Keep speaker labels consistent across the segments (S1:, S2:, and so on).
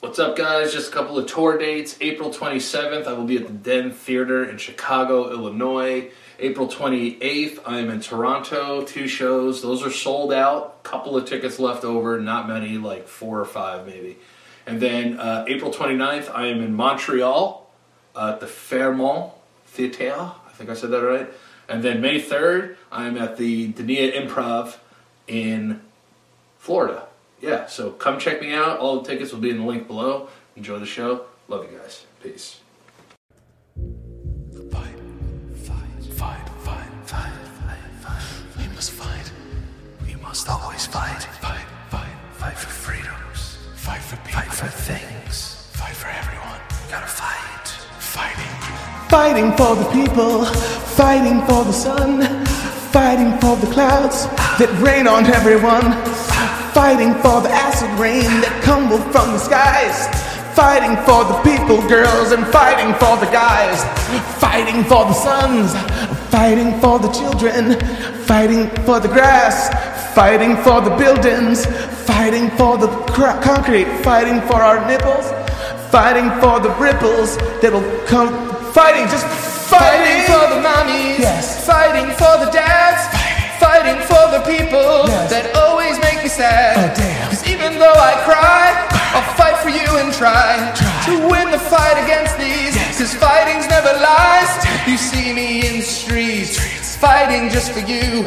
S1: What's up, guys? Just a couple of tour dates. April 27th, I will be at the Den Theater in Chicago, Illinois. April 28th, I am in Toronto. Two shows. Those are sold out. Couple of tickets left over. Not many, like four or five maybe. And then uh, April 29th, I am in Montreal uh, at the Fairmont Theatre. I think I said that right. And then May 3rd, I am at the Dania Improv in Florida. Yeah, so come check me out. All the tickets will be in the link below. Enjoy the show. Love you guys. Peace.
S2: Fight, fight, fight, fight, fight, fight, fight. We must fight. We must always fight. Fight, fight, fight for freedoms. Fight for people. Fight for things. Fight for everyone. Gotta fight. Fighting.
S3: Fighting for the people, fighting for the sun, fighting for the clouds that rain on everyone, fighting for the acid rain that tumble from the skies, fighting for the people, girls, and fighting for the guys, fighting for the sons, fighting for the children, fighting for the grass, fighting for the buildings, fighting for the cr- concrete, fighting for our nipples fighting for the ripples that'll come. Fighting, just fighting, for the mommies, yes. fighting for the dads, fighting, for the people that always make me sad.
S4: Oh, damn.
S3: Cause even though I cry, I'll fight for you and try, to win the fight against these. Cause fighting's never lies. You see me in the streets, fighting just for you.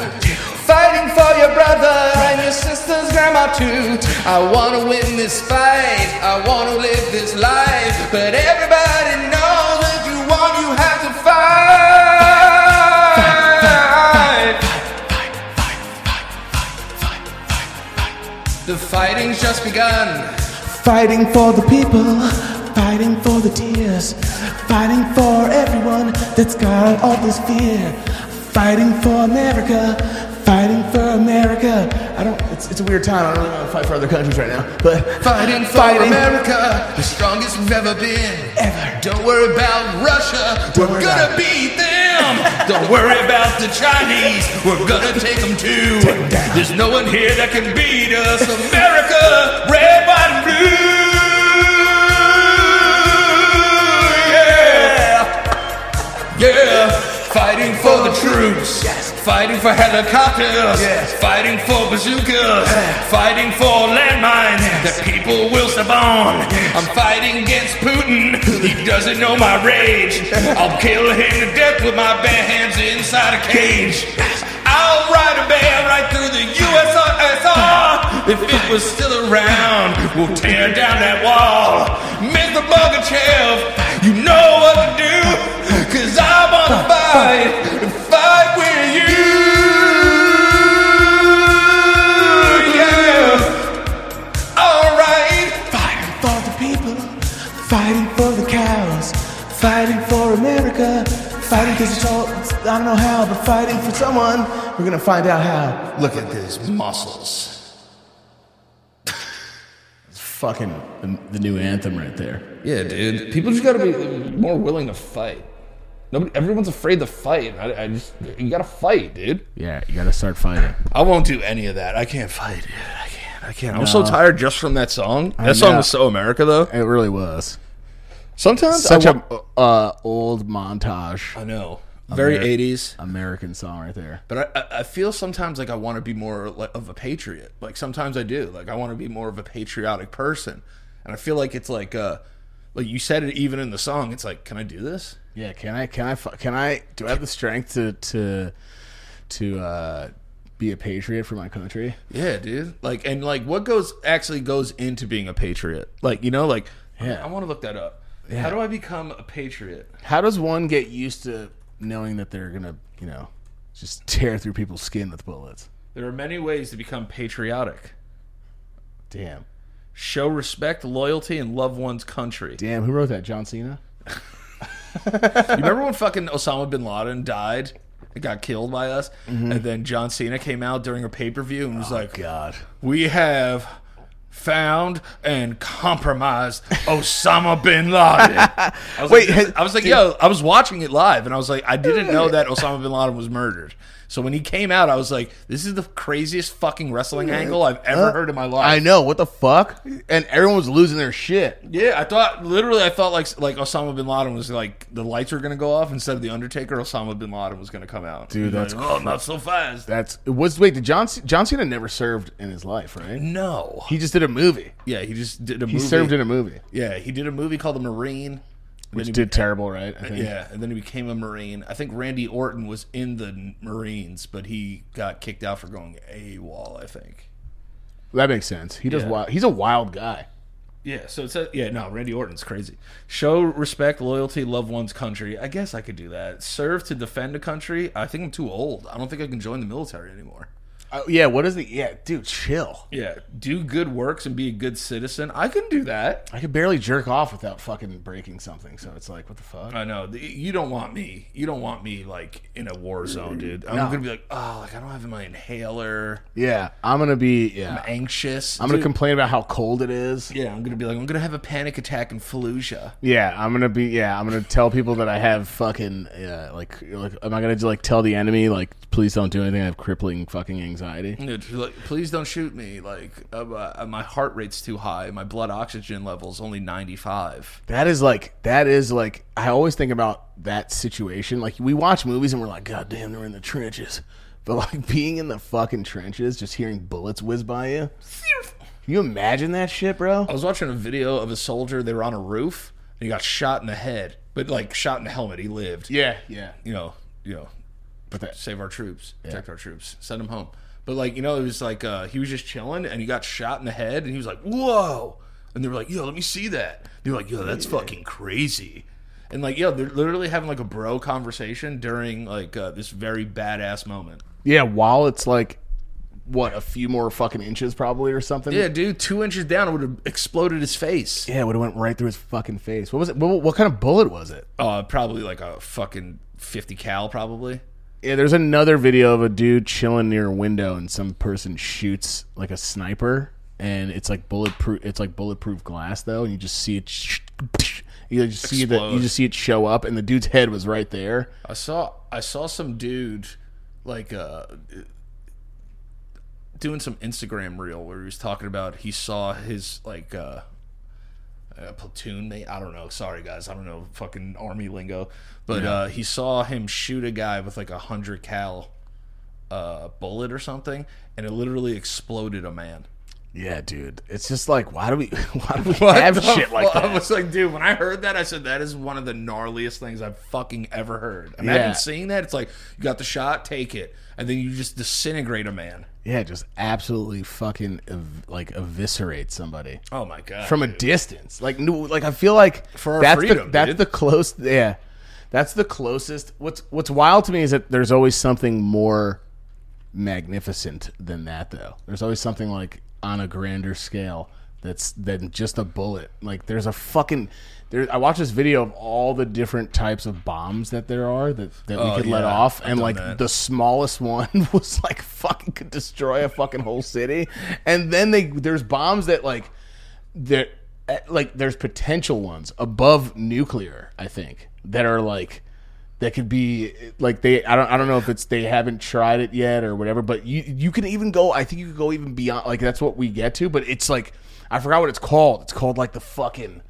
S3: Fighting for your brother and your sister's grandma too. I wanna win this fight, I wanna live this life. But everybody knows if you want, you have to fight. The fighting's just begun. Fighting for the people, fighting for the tears, fighting for everyone that's got all this fear. Fighting for America, fighting for America. I don't. It's, it's a weird time. I don't really want to fight for other countries right now, but
S4: Fighting for America, the strongest we've ever been. Ever. Don't worry about Russia,
S3: Don't
S4: we're
S3: worry
S4: gonna
S3: about it.
S4: beat them. Don't worry about the Chinese, we're gonna take them too. There's no one here that can beat us. America, red, white, and blue. Yeah. Yeah, fighting for the troops. Yes. Fighting for helicopters. Yes. Fighting for bazookas. Fighting for landmines that people will step on. I'm fighting against Putin. He doesn't know my rage. I'll kill him to death with my bare hands inside a cage. I'll ride a bear right through the USSR. If it was still around, we'll tear down that wall. Mr. Gorbachev, you know what to do. Cause I'm on a fight, fight with you. Yeah. Alright.
S3: fighting for the people, fighting for the cows, fighting for America, fighting because it's all, it's, I don't know how, but fighting for someone. We're gonna find out how.
S4: Look at these muscles.
S5: fucking the, the new anthem right there.
S6: Yeah, dude. People just gotta be more willing to fight. Nobody, everyone's afraid to fight. I, I just, you gotta fight, dude.
S5: Yeah, you gotta start fighting.
S6: I won't do any of that. I can't fight, dude. I can't. I can't. I'm so tired just from that song. That song
S5: know.
S6: was so America, though.
S5: It really was
S6: Sometimes
S5: such
S6: I
S5: a
S6: wa-
S5: uh, old montage
S6: I know. Very
S5: Ameri-
S6: 80s.
S5: American song right there.
S6: But I- I, I feel sometimes like I want to be more like of a patriot. Like sometimes I do. Like I want to be more of a patriotic person. And I feel like it's like, uh, like you said it even in the song. It's like, can I do this?
S5: Yeah, can I? Can I? fu- Can I? Do I have the strength to to to uh, be a patriot for my country?
S6: Yeah, dude. Like, and like, what goes actually goes into being a patriot? Like, you know, like,
S5: Yeah.
S6: I, want to look that up. How do I become a patriot?
S5: How does one get used to knowing that they're gonna, you know, just tear through people's skin with bullets?
S6: There are many ways to become patriotic.
S5: Damn,
S6: Show respect, loyalty, and love one's country.
S5: damn. Who wrote that? John Cena.
S6: You remember when fucking Osama bin Laden died? and got killed by us,
S5: Mm-hmm.
S6: and then John Cena came out during a pay per view and was like,
S5: Oh, God.
S6: "We have found and compromised Osama bin Laden." I was
S5: Wait,
S6: like,
S5: has-
S6: I was like, "Yo," I was watching it live, and I was like, "I didn't know that Osama bin Laden was murdered." So when he came out, I was like, "This is the craziest fucking wrestling angle I've ever heard in my life."
S5: I know what the fuck, and everyone was losing their shit.
S6: Yeah, I thought literally, I thought like like Osama bin Laden was like the lights were gonna go off instead of the Undertaker. Osama bin Laden was gonna come out,
S5: Dude, that's
S6: Like, oh, not so fast.
S5: That's it was wait. Did John C- John Cena never served in his life? Right?
S6: no,
S5: He just did a movie.
S6: yeah, he just did a
S5: He
S6: movie.
S5: served in a movie,
S6: yeah, he did a movie called The Marine,
S5: which
S6: he
S5: did terrible, right? I think.
S6: Uh, Yeah, and then he became a Marine. I think Randy Orton was in the Marines, but he got kicked out for going AWOL, I think.
S5: that makes sense. He does
S6: Yeah.
S5: wild. He's a wild guy.
S6: Yeah, so it says, yeah, no, Randy Orton's crazy. Show respect, loyalty, love one's country. I guess I could do that. Serve to defend a country. I think I'm too old. I don't think I can join the military anymore.
S5: Uh, yeah. What is the? Yeah, dude, chill.
S6: Yeah, do good works and be a good citizen. I can do that.
S5: I could barely jerk off without fucking breaking something. So it's like, what the fuck?
S6: I know. th- You don't want me. You don't want me, like, in a war zone, dude. I'm
S5: No.
S6: going to be like, oh, like, I don't have my inhaler.
S5: yeah, I'm gonna be. Yeah, I'm,
S6: Anxious.
S5: gonna
S6: Dude,
S5: complain about how cold it is.
S6: Yeah, I'm gonna be like, I'm gonna have a panic attack in Fallujah.
S5: Yeah, I'm gonna be. Yeah, I'm gonna tell people that I have fucking. Yeah, like, like, am I gonna just like tell the enemy like, please don't do anything? I have crippling fucking anxiety.
S6: You know, just like, please don't shoot me. Like, uh, uh, my heart rate's too high. My blood oxygen level's only 95.
S5: That is like. That is like. I always think about that situation. Like, we watch movies and we're like, God damn, they're in the trenches. But like being in the fucking trenches, just hearing bullets whiz by you. Can you imagine that shit, bro?
S2: Oh,
S6: I was watching a video of a soldier. They were on a roof and he got shot in the head, but like shot in the helmet. He lived.
S5: Yeah, yeah.
S6: You know, you know,
S5: But that,
S6: save our troops, protect our troops, send them home. But like, you know, it was like uh, he was just chilling and he got shot in the head and he was like, "Whoa!" And they were like, "Yo, let me see that." They were like, "Yo, that's fucking crazy." And like, yo, they're literally having like a bro conversation during like uh, this very badass moment.
S5: yeah, while it's like, what a few more fucking inches probably or something.
S6: Yeah, dude, two inches down would have exploded his face.
S5: Yeah, it would have went right through his fucking face. What was it? What, what kind of bullet was it?
S6: Uh, probably like a fucking fifty cal, probably.
S5: Yeah, there's another video of a dude chilling near a window, and some person shoots like a sniper, and it's like bulletproof. It's like bulletproof glass though, and you just see it. Sh- you just see that. You
S6: Explode.
S5: just see it show up, and the dude's head was right there.
S6: I saw I saw some dude like uh doing some Instagram reel where he was talking about he saw his like uh uh, platoon mate. I don't know. Sorry guys, I don't know fucking army lingo, but uh he saw him shoot a guy with like a hundred cal uh bullet or something, and it literally exploded a man.
S5: Yeah, dude. It's just like, why do we? Why do we have
S6: the
S5: shit like
S6: fuck?
S5: that?
S6: I was like, dude, when I heard that, I said that is one of the gnarliest things I've fucking ever heard. Imagine
S5: Yeah.
S6: seeing that. It's like you got the shot, take it, and then you just disintegrate a man.
S5: yeah, just absolutely fucking ev- like eviscerate somebody.
S6: Oh my god.
S5: from a distance. Like no, like I feel like
S6: For our
S5: that's the
S6: freedom,
S5: that's
S6: dude.
S5: the close yeah. That's the closest. What's what's wild to me is that there's always something more magnificent than that though. There's always something like on a grander scale that's than just a bullet. Like there's a fucking there I watched this video of all the different types of bombs that there are that, that we
S6: Oh,
S5: could let
S6: yeah.
S5: off
S6: I've
S5: and
S6: done
S5: like
S6: that.
S5: the smallest one was like fucking could destroy a fucking whole city. And then they there's bombs that like there eh, like there's potential ones above nuclear i think that are like that could be like they i don't i don't know if it's they haven't tried it yet or whatever but you you can even go i think you could go even beyond like that's what we get to but it's like i forgot what it's called it's called like the fucking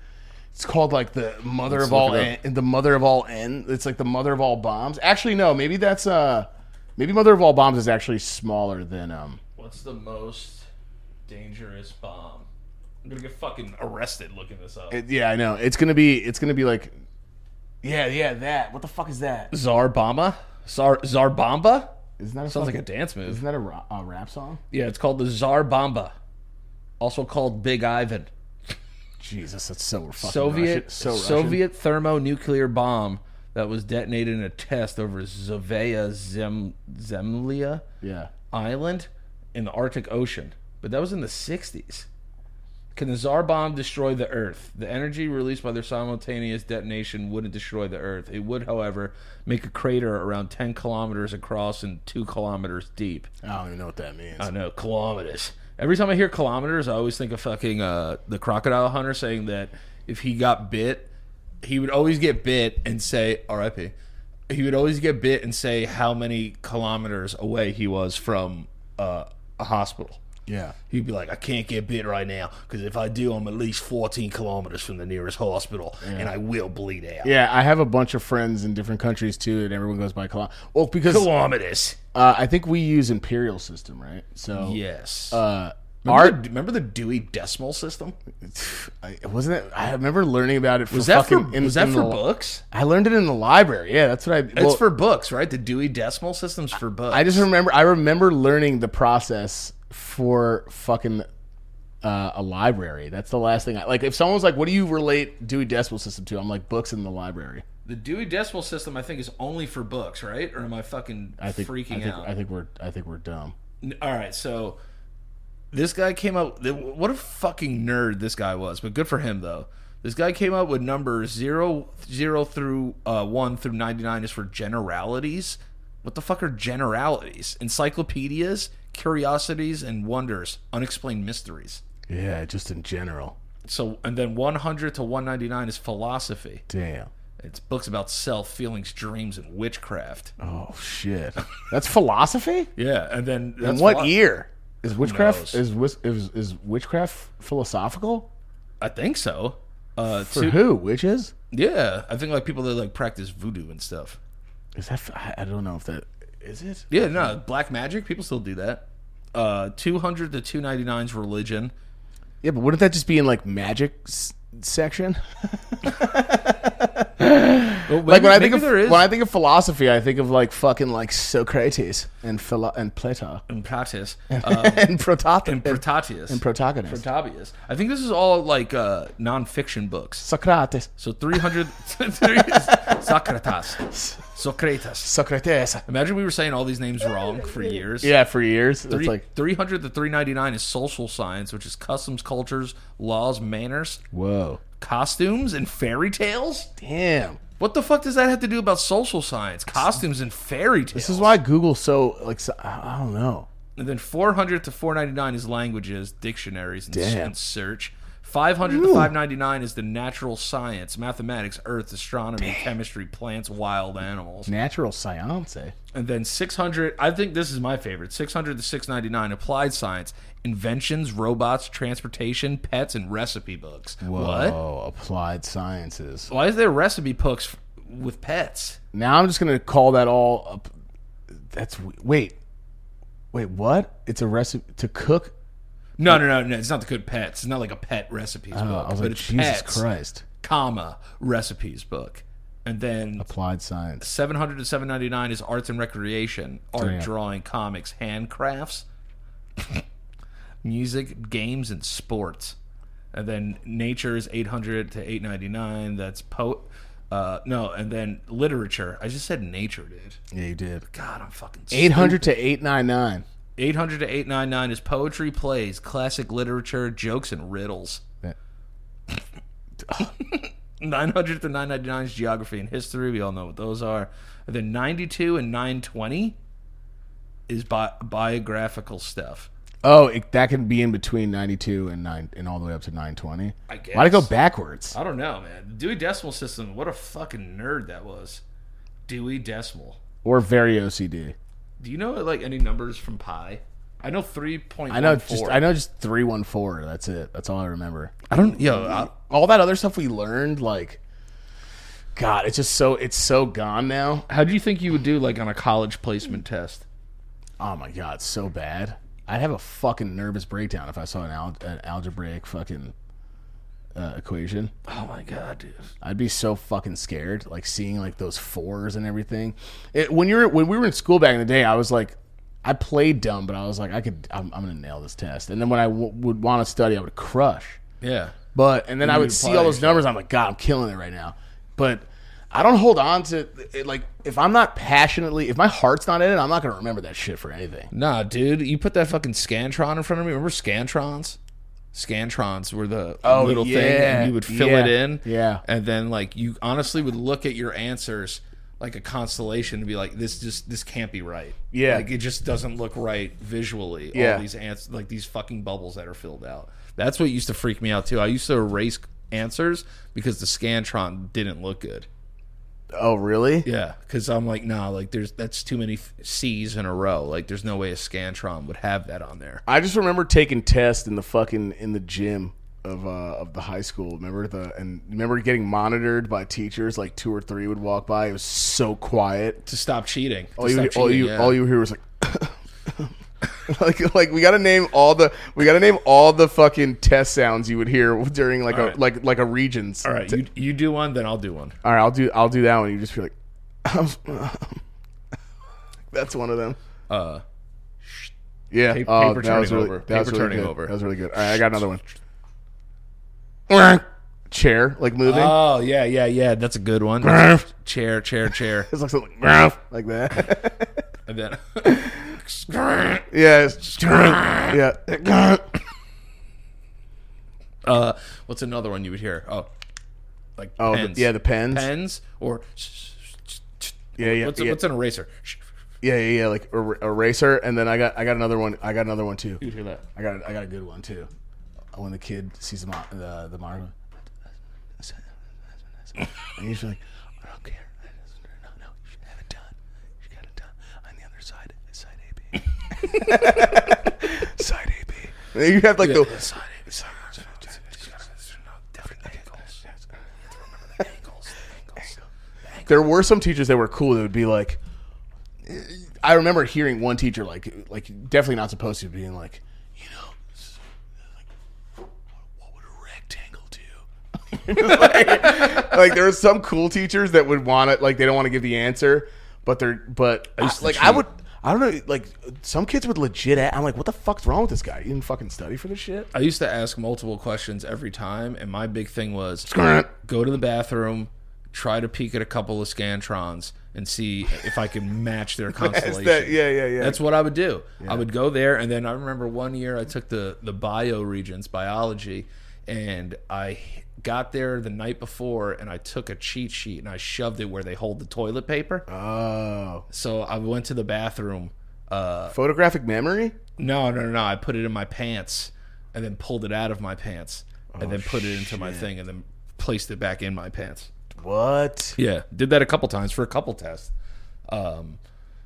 S5: it's called like the mother of all
S6: look it
S5: en- the mother of all n it's like the mother of all bombs actually no maybe that's uh maybe mother of all bombs is actually smaller than um
S6: What's the most dangerous bomb? I'm gonna get fucking arrested looking this up.
S5: It- yeah, I know. It's gonna be. It's gonna be like. Yeah, yeah, that. What the fuck is that?
S6: Czar Bomba? Czar Czar Bomba?
S5: Isn't that a
S6: Sounds like
S5: fucking-
S6: a dance move.
S5: Isn't that a, ro- a rap song?
S6: Yeah, it's called the Czar Bomba, also called Big Ivan.
S5: Jesus, that's so fucking
S6: Soviet
S5: Russian. So Russian.
S6: Soviet thermonuclear bomb that was detonated in a test over Zavaya Zem, Zemlya
S5: Yeah,
S6: Island in the Arctic Ocean. But that was in the 60s. Can the Tsar bomb destroy the Earth? The energy released by their simultaneous detonation wouldn't destroy the Earth. It would, however, make a crater around 10 kilometers across and 2 kilometers deep.
S5: I don't even know what that means.
S6: I know kilometers. Every time I hear kilometers, I always think of fucking uh, the crocodile hunter saying that if he got bit, he would always get bit and say "R.I.P." he would always get bit and say how many kilometers away he was from uh, a hospital.
S5: Yeah.
S6: He'd be like, I can't get bit right now because if I do, I'm at least 14 kilometers from the nearest hospital and I will bleed out.
S5: Yeah, I have a bunch of friends in different countries too, and everyone goes by kilometer. Well, because
S6: Kilometers.
S5: uh, I think we use imperial system, right? So
S6: Yes.
S5: uh,
S6: remember,
S5: our
S6: the, remember the Dewey Decimal System?
S5: I, wasn't it? I remember learning about it. For
S6: Was that for,
S5: fucking, in-
S6: was that
S5: in
S6: for
S5: the li-
S6: books?
S5: I learned it in the library. Yeah, that's what I. well,
S6: it's for books, right? The Dewey Decimal System's for books.
S5: I just remember. I remember learning the process for fucking uh, a library. That's the last thing. I Like, if someone's like, "What do you relate Dewey Decimal System to?" I'm like, "Books in the library."
S6: the Dewey Decimal System, I think, is only for books, right? Or am I fucking
S5: I think.
S6: freaking
S5: I think,
S6: out?
S5: I think we're. I think we're dumb.
S6: N- All right, so this guy came up. th- What a fucking nerd this guy was, but good for him though. This guy came up with numbers zero, zero through uh, one through ninety nine is for generalities. What the fuck are generalities? Encyclopedias, curiosities, and wonders, unexplained mysteries.
S5: Yeah, just in general.
S6: So, and then one hundred to one ninety nine is philosophy.
S5: Damn.
S6: It's books about self, feelings, dreams, and witchcraft.
S5: Oh shit. That's philosophy.
S6: Yeah, and then that's
S5: In what
S6: philo-
S5: year is witchcraft
S6: knows?
S5: is, wis- is is witchcraft philosophical
S6: I think so. Uh,
S5: for
S6: two-
S5: who? Witches?
S6: Yeah, I think like people that like practice voodoo and stuff.
S5: Is that? f- I I don't know if that is it.
S6: Yeah, no, black magic. People still do that. Uh, two hundred to two ninety nine's religion.
S5: Yeah, but wouldn't that just be in like magic s- section? like when I think of
S6: there is
S5: when I think of philosophy, I think of like fucking like Socrates and Philo- and Plato
S6: in practice uh,
S5: and Protato
S6: Um, and Protatius and
S5: Protagonist.
S6: Protabius. I think this is all like uh, nonfiction books.
S5: Socrates,
S6: So three hundred Socrates, Socrates.
S5: Socrates.
S6: Imagine we were saying all these names wrong for years.
S5: Yeah, for years it's
S6: Three,
S5: like
S6: 300 to 399 is social science, which is customs, cultures, laws, manners,
S5: whoa,
S6: costumes, and fairy tales.
S5: damn.
S6: What the fuck does that have to do about social science, costumes, and fairy tales?
S5: This is why Google so like so, I I don't know.
S6: And then 400 to 499 is languages, dictionaries, and,
S5: Damn.
S6: and search. 500 to 599 is the natural science, mathematics, earth, astronomy, chemistry, plants, wild animals.
S5: Natural science. eh?
S6: And then 600, I think this is my favorite 600 to 699, applied science, inventions, robots, transportation, pets, and recipe books. What?
S5: Whoa, Oh, applied sciences.
S6: Why is there recipe books f- with pets?
S5: Now I'm just gonna call that all. Up. That's w- wait, wait. What? It's a recipe to cook.
S6: No, no, no, no. It's not the good pets. It's not like a pet recipes
S5: Oh,
S6: book.
S5: I was
S6: but
S5: like,
S6: it's
S5: Jesus
S6: pets,
S5: Christ.
S6: comma recipes book, and then
S5: Applied science.
S6: seven hundred to seven ninety nine is arts and recreation, art,
S5: Damn.
S6: drawing, comics, handcrafts, music, games, and sports. And then nature is eight hundred to eight ninety nine. That's po. Uh, no, and then literature. I just said nature, dude.
S5: Yeah, you did.
S6: God, I'm fucking
S5: Eight hundred to eight nine nine.
S6: 800 to 899 is poetry, plays, classic literature, jokes, and riddles.
S5: Yeah.
S6: 900 to 999 is geography and history. We all know what those are. And then 92 and 920 is bi- biographical stuff.
S5: Oh, it, that can be in between ninety two and nine, and all the way up to nine twenty.
S6: I guess. Uh,
S5: Why'd it go backwards?
S6: I don't know, man. The Dewey Decimal System, what a fucking nerd that was. Dewey Decimal.
S5: Or very OCD.
S6: Do you know like any numbers from pi? I know 3.14.
S5: I know just I know just three one four. That's it. That's all I remember.
S6: I don't yo, I,
S5: all that other stuff we learned, like, God, it's just so it's so gone now.
S6: how do you think you would do like on a college placement test?
S5: Oh my God, it's so bad. I'd have a fucking nervous breakdown if I saw an, al- an algebraic fucking uh, equation.
S6: Oh my god, dude.
S5: I'd be so fucking scared, like seeing like those fours and everything. It, when you're when we were in school back in the day, I was like, I played dumb, but I was like, I could, I'm, I'm gonna nail this test. And then when I w- would want to study, I would crush.
S6: Yeah.
S5: But and then I would see all those
S6: apply
S5: numbers. I'm like, God, I'm killing it right now. But I don't hold on to it, like if I'm not passionately, if my heart's not in it, I'm not gonna remember that shit for anything.
S6: Nah, dude, you put that fucking Scantron in front of me. Remember Scantrons? Scantrons were the
S5: Oh,
S6: little thing,
S5: yeah,
S6: and you would fill
S5: yeah,
S6: it in.
S5: yeah.
S6: And then, like, you honestly would look at your answers like a constellation to be like, this just, this can't be right.
S5: Yeah.
S6: Like, it just doesn't look right visually.
S5: Yeah.
S6: All these answers, like these fucking bubbles that are filled out. That's what used to freak me out, too. I used to erase answers because the Scantron didn't look good.
S5: Oh, really?
S6: Yeah, because I'm like, nah, like there's that's too many f- C's in a row. Like there's no way a Scantron would have that on there.
S5: I just remember taking tests in the fucking in the gym of uh, of the high school. Remember the and remember getting monitored by teachers. Like two or three would walk by. It was so quiet.
S6: To stop cheating. To
S5: All you
S6: stop
S5: all
S6: cheating,
S5: you
S6: yeah.
S5: all you hear was like. like, like we gotta name all the we gotta name all the fucking test sounds you would hear during like a
S6: right.
S5: like like a regions.
S6: All right, you you do one, then I'll do one.
S5: all right, I'll do I'll do that one. You just feel like, that's one of them.
S6: Uh,
S5: Yeah,
S6: Pa-
S5: oh,
S6: paper
S5: that
S6: turning
S5: was really,
S6: over.
S5: That was
S6: Paper
S5: really
S6: turning
S5: good.
S6: over.
S5: That was really good. All right, I got another one. Chair, like moving.
S6: oh yeah, yeah, yeah. That's a good one. chair, chair, chair,
S5: it's like something like, like that.
S6: and then
S5: yeah, it's- yeah.
S6: uh, what's another one you would hear? Oh, like
S5: Oh, the,
S6: pens.
S5: yeah, the pens.
S6: pens or
S5: Yeah, yeah,
S6: what's
S5: yeah,
S6: what's an eraser?
S5: yeah, yeah, yeah, like er- eraser. And then I got, I got another one. I got another one too.
S6: You'd hear that.
S5: I got, I got a good one too. When the kid sees the mo- the the monitor, and he's like,
S2: I don't care. I just- No, no, you should have it done. You should get it done. On the other side, side AB. side AB.
S5: and you have like the
S2: Side AB. Side AB. Different angles. You have to remember the angles. The angles.
S5: there were some teachers that were cool that would be like I remember hearing one teacher like like definitely not supposed to being like
S2: You know, s- like, what, what would a rectangle do?
S5: like there were some cool teachers that would want it like they don't want to give the answer but they're but I,
S6: to
S5: like I
S6: cheat.
S5: would I don't know like some kids would legit a- I'm like what the fuck's wrong with this guy? You didn't fucking study for this shit?
S6: I used to ask multiple questions every time, and my big thing was go to the bathroom, try to peek at a couple of scantrons, and see if I can match their constellation.
S5: that- yeah, yeah, yeah.
S6: That's what I would do. I would go there, and then I remember one year I took the the bio regions biology, and I got there the night before, and I took a cheat sheet and I shoved it where they hold the toilet paper.
S5: Oh,
S6: So I went to the bathroom. Uh,
S5: photographic memory?
S6: no, no, no, no. I put it in my pants and then pulled it out of my pants and then
S5: Oh,
S6: put it into my thing and then placed it back in my pants.
S5: What?
S6: Yeah, did that a couple times for a couple tests. Um,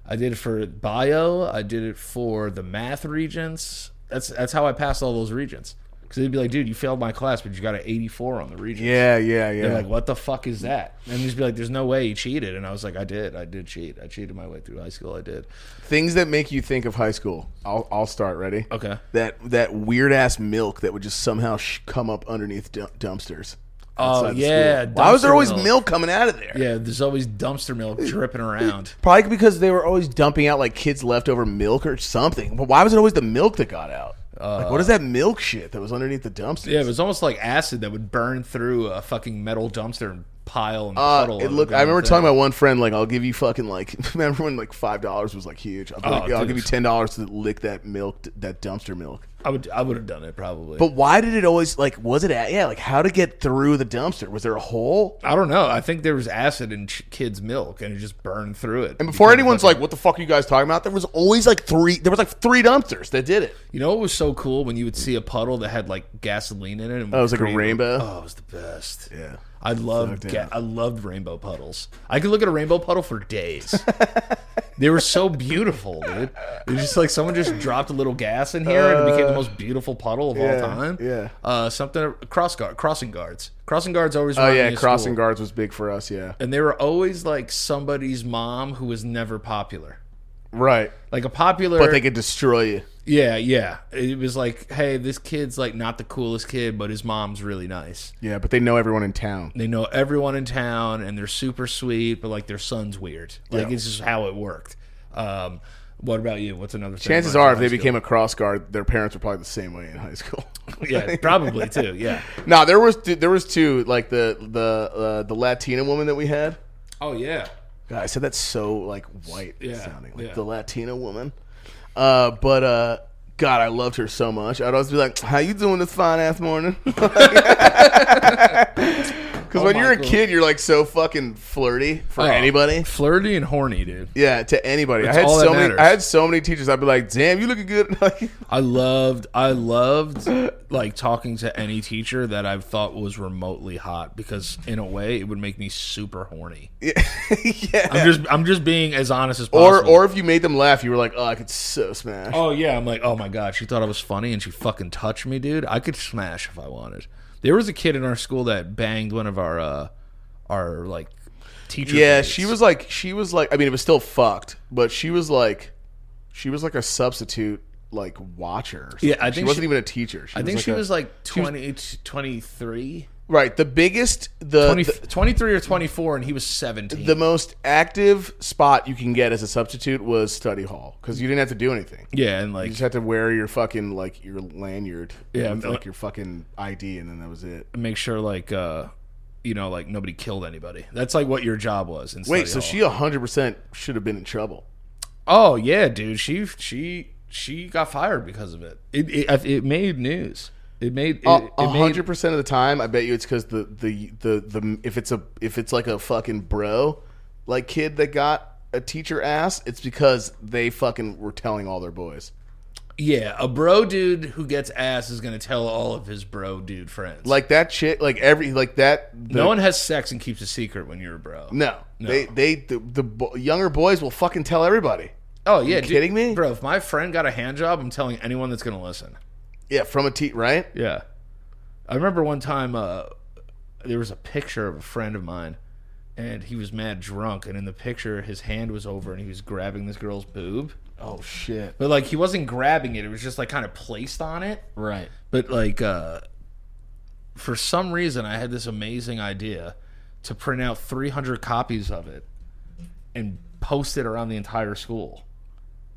S6: I did it for bio. I did it for the math regents. That's that's how I passed all those regents. Because they'd be like, dude, you failed my class, but you got an 84 on the regents.
S5: Yeah, yeah, yeah.
S6: They're like, what the fuck is that? And they'd just be like, there's no way you cheated. And I was like, I did. I did cheat. I cheated my way through high school. I did.
S5: Things that make you think of high school. I'll I'll start. Ready?
S6: Okay.
S5: That that weird ass milk that would just somehow sh- come up underneath d- dumpsters.
S6: Oh,
S5: outside the
S6: yeah.
S5: school. Why was there
S6: dumpster
S5: always milk. coming out of there?
S6: Yeah, there's always dumpster milk dripping around.
S5: Probably because they were always dumping out like kids' leftover milk or something. But why was it always the milk that got out? like, what is that milk shit that was underneath the dumpsters?
S6: Uh, Yeah, it was almost like acid that would burn through a fucking metal dumpster and pile and
S5: Uh,
S6: puddle.
S5: it
S6: of
S5: looked.
S6: the
S5: I remember
S6: thing.
S5: telling my one friend, like, "I'll give you fucking like." Remember when like five dollars was like huge? I'll, be like,
S6: Oh,
S5: "Yeah, I'll
S6: dude.
S5: give you ten dollars to lick that milk, that dumpster milk.
S6: I would I would have done it probably.
S5: But why did it always like? Was it at yeah? Like how to get through the dumpster? Was there a hole?
S6: I don't know. I think there was acid in ch- kids' milk and it just burned through it.
S5: And before anyone's like, "What the fuck are you guys talking about?" There was always like three. There was like three dumpsters that did it.
S6: you know what was so cool when you would see a puddle that had like gasoline in it and
S5: Oh, it was like a
S6: cream-
S5: rainbow?
S6: Oh, it was the best.
S5: Yeah.
S6: I loved
S5: Fucked
S6: ga-
S5: up.
S6: I loved rainbow puddles. I could look at a rainbow puddle for days. they were so beautiful, dude. It's just like someone just dropped a little gas in here and it became the most beautiful puddle of
S5: yeah,
S6: all time.
S5: yeah.
S6: Uh, something cross guard, crossing guards. Crossing guards always.
S5: Oh
S6: remind
S5: yeah,
S6: me of
S5: crossing
S6: school.
S5: guards was big for us. Yeah,
S6: And they were always like somebody's mom who was never popular.
S5: right.
S6: Like a popular.
S5: But they could destroy you.
S6: yeah, yeah. It was like, hey, this kid's like not the coolest kid, but his mom's really nice.
S5: Yeah, but they know everyone in town.
S6: they know everyone in town and they're super sweet, but like their son's weird. Like it's just how it worked. Um, what about you? What's another thing?
S5: Chances
S6: about
S5: are, if
S6: high
S5: they
S6: school?
S5: became a cross guard, their parents were probably the same way in high school.
S6: yeah, probably too. Yeah.
S5: nah, there was there was two like the the uh, the Latina woman that we had.
S6: Oh yeah.
S5: God, I said that's so like white
S6: Yeah,
S5: sounding, like
S6: yeah.
S5: the Latina woman. Uh, but uh, God, I loved her so much. I'd always be like, "How you doing this fine ass morning?" Because when you're a kid, you're like so fucking flirty for
S6: Oh,
S5: anybody.
S6: flirty and horny, dude.
S5: Yeah, to anybody. I had
S6: all that
S5: so many.
S6: matters.
S5: I had so many teachers. I'd be like, "Damn, you looking good." Like,
S6: I loved, I loved like talking to any teacher that I thought was remotely hot because in a way it would make me super horny.
S5: yeah.
S6: I'm just, I'm just being as honest as
S5: Or
S6: possible.
S5: or if you made them laugh, you were like, "Oh, I could so smash."
S6: Oh yeah, I'm like, oh my god, she thought I was funny and she fucking touched me, dude. I could smash if I wanted. There was a kid in our school that banged one of our uh our like teacher.
S5: yeah,
S6: mates.
S5: she was like, she was like. I mean, it was still fucked, but she was like, she was like a substitute like watcher. or
S6: Yeah, I
S5: something. she
S6: think
S5: wasn't
S6: she-
S5: even a teacher. She
S6: I think
S5: like
S6: she
S5: a-
S6: was like 20, 23,
S5: right. The biggest, the
S6: 20
S5: the-
S6: 23 or 24 and he was 17.
S5: the most active spot you can get as a substitute was study hall because you didn't have to do anything.
S6: yeah, and
S5: You
S6: like
S5: just had to wear your fucking like your lanyard,
S6: Yeah,
S5: with,
S6: I'm-
S5: like your fucking ID, and then that was it.
S6: make sure like uh you know like nobody killed anybody. That's like what your job was. In
S5: Wait,
S6: study
S5: so
S6: hall.
S5: she hundred percent should have been in trouble.
S6: Oh yeah, dude. She she she got fired because of it. It it, it made news. It made it, it
S5: A
S6: made
S5: hundred percent of the time, I bet you it's because the, the the the if it's a if it's like a fucking bro, like kid that got a teacher ass, it's because they fucking were telling all their boys.
S6: Yeah, a bro dude who gets ass is gonna tell all of his bro dude friends.
S5: Like that shit, like every like that. The,
S6: no one has sex and keeps a secret when you're a bro.
S5: no, they they the, the bo- younger boys will fucking tell everybody.
S6: Oh yeah, dude.
S5: kidding me?
S6: bro? If my friend got a hand job, I'm telling anyone that's gonna listen.
S5: Yeah, from a te right?
S6: Yeah, I remember one time uh, there was a picture of a friend of mine, and he was mad drunk, and in the picture his hand was over and he was grabbing this girl's boob,
S5: Oh shit!
S6: but like he wasn't grabbing it; it was just like kind of placed on it.
S5: Right.
S6: But like uh for some reason I had this amazing idea to print out 300 copies of it and post it around the entire school.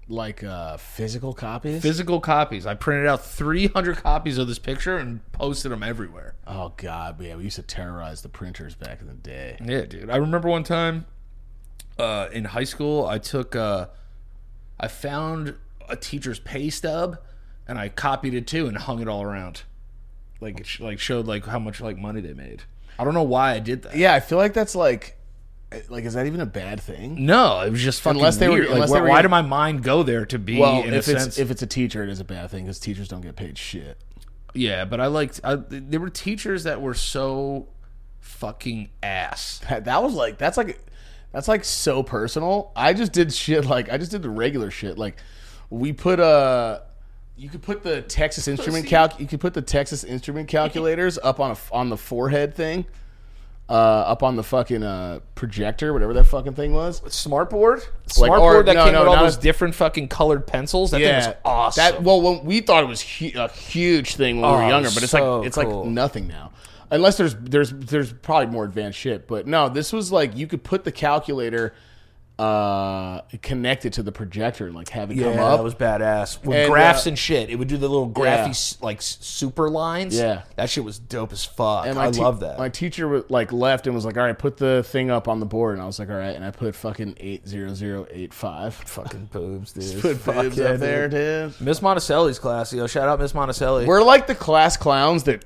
S5: Like uh physical copies.
S6: Physical copies. I printed out 300 copies of this picture and posted them everywhere.
S5: oh god, yeah, we used to terrorize the printers back in the day.
S6: Yeah, dude. I remember one time uh, in high school, I took, uh, I found a teacher's pay stub, and I copied it too and hung it all around, like it sh- like showed like how much like money they made. I don't know why I did that.
S5: Yeah, I feel like that's like, like, is that even a bad thing?
S6: No, it was just fucking
S5: Unless they were-
S6: weird. Like,
S5: unless
S6: wh-
S5: they were
S6: why
S5: gonna-
S6: did my mind go there to be
S5: Well,
S6: in
S5: if
S6: a
S5: it's
S6: sense?
S5: if it's a teacher, it is a bad thing because teachers don't get paid shit.
S6: yeah, but I liked. I, there were teachers that were so fucking ass.
S5: That, that was like that's like that's like so personal. I just did shit like I just did the regular shit. Like we put uh you could put the Texas instrument calc you could put the Texas instrument calculators up on a f on the forehead thing. Uh, up on the fucking uh, projector, whatever that fucking thing was.
S6: Smartboard, smartboard
S5: Like, or-
S6: that
S5: no,
S6: came
S5: no,
S6: with all
S5: not
S6: those
S5: a-
S6: different fucking colored pencils. That thing was awesome.
S5: That well, when we thought it was hu- a huge thing when we were
S6: Oh,
S5: younger, but it's
S6: so
S5: like it's
S6: cool.
S5: like nothing now. Unless there's there's there's probably more advanced shit, but no, this was like you could put the calculator uh connected to the projector and like have it come
S6: Yeah,
S5: up.
S6: that was badass. With
S5: And,
S6: graphs
S5: uh,
S6: and shit, it would do the little graphy s like s- super lines.
S5: Yeah.
S6: that shit was dope as fuck.
S5: and my
S6: I
S5: te-
S6: love that.
S5: My teacher was like left and was like, "All right, put the thing up on the board." And I was like, "All right," and I put fucking eight zero zero eight five.
S6: fucking boobs, dude.
S5: Put
S6: Fuck
S5: boobs
S6: yeah,
S5: up there,
S6: dude.
S5: dude.
S6: Miss Monticelli's class, yo. Shout out Miss Monticelli.
S5: We're like the class clowns that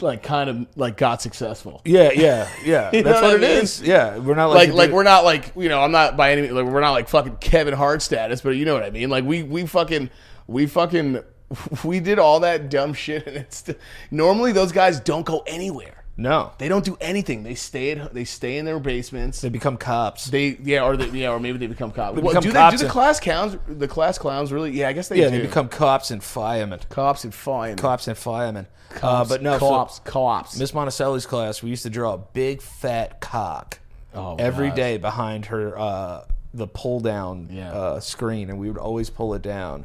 S5: like kind of like got successful.
S6: Yeah, yeah, yeah.
S5: You know
S6: That's what,
S5: what I
S6: it
S5: mean?
S6: is. Yeah, we're not like
S5: like like we're not like you know I'm not by any like we're not like fucking Kevin Hart status, but you know what I mean. Like we we fucking we fucking we did all that dumb shit, and it's st- normally those guys don't go anywhere.
S6: no.
S5: They don't do anything. They stay at they stay in their basements.
S6: They become cops.
S5: They yeah or they, yeah or maybe they become cops. Well,
S6: become
S5: do
S6: cops
S5: they do
S6: and-
S5: the class clowns the class clowns really? Yeah, I guess they
S6: yeah,
S5: do.
S6: they become cops and firemen.
S5: cops and firemen.
S6: Cops and firemen. Uh, but no, so-
S5: cops cops.
S6: Miss Monticelli's class, we used to draw a big fat cock every
S5: Oh,
S6: day
S5: God.
S6: behind her uh, the pull down
S5: Yeah.
S6: uh, screen, and we would always pull it down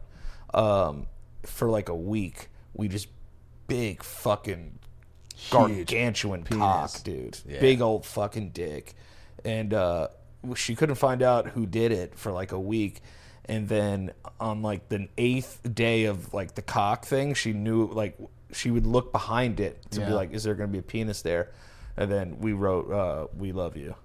S6: um, for like a week. We just big fucking gargantuan cock, dude, big old fucking dick, and uh, she couldn't find out who did it for like a week. And then on like the eighth day of like the cock thing, she knew like she would look behind it to be
S5: Yeah.
S6: like, is there going to be a penis there? And then we wrote, uh, "We love you."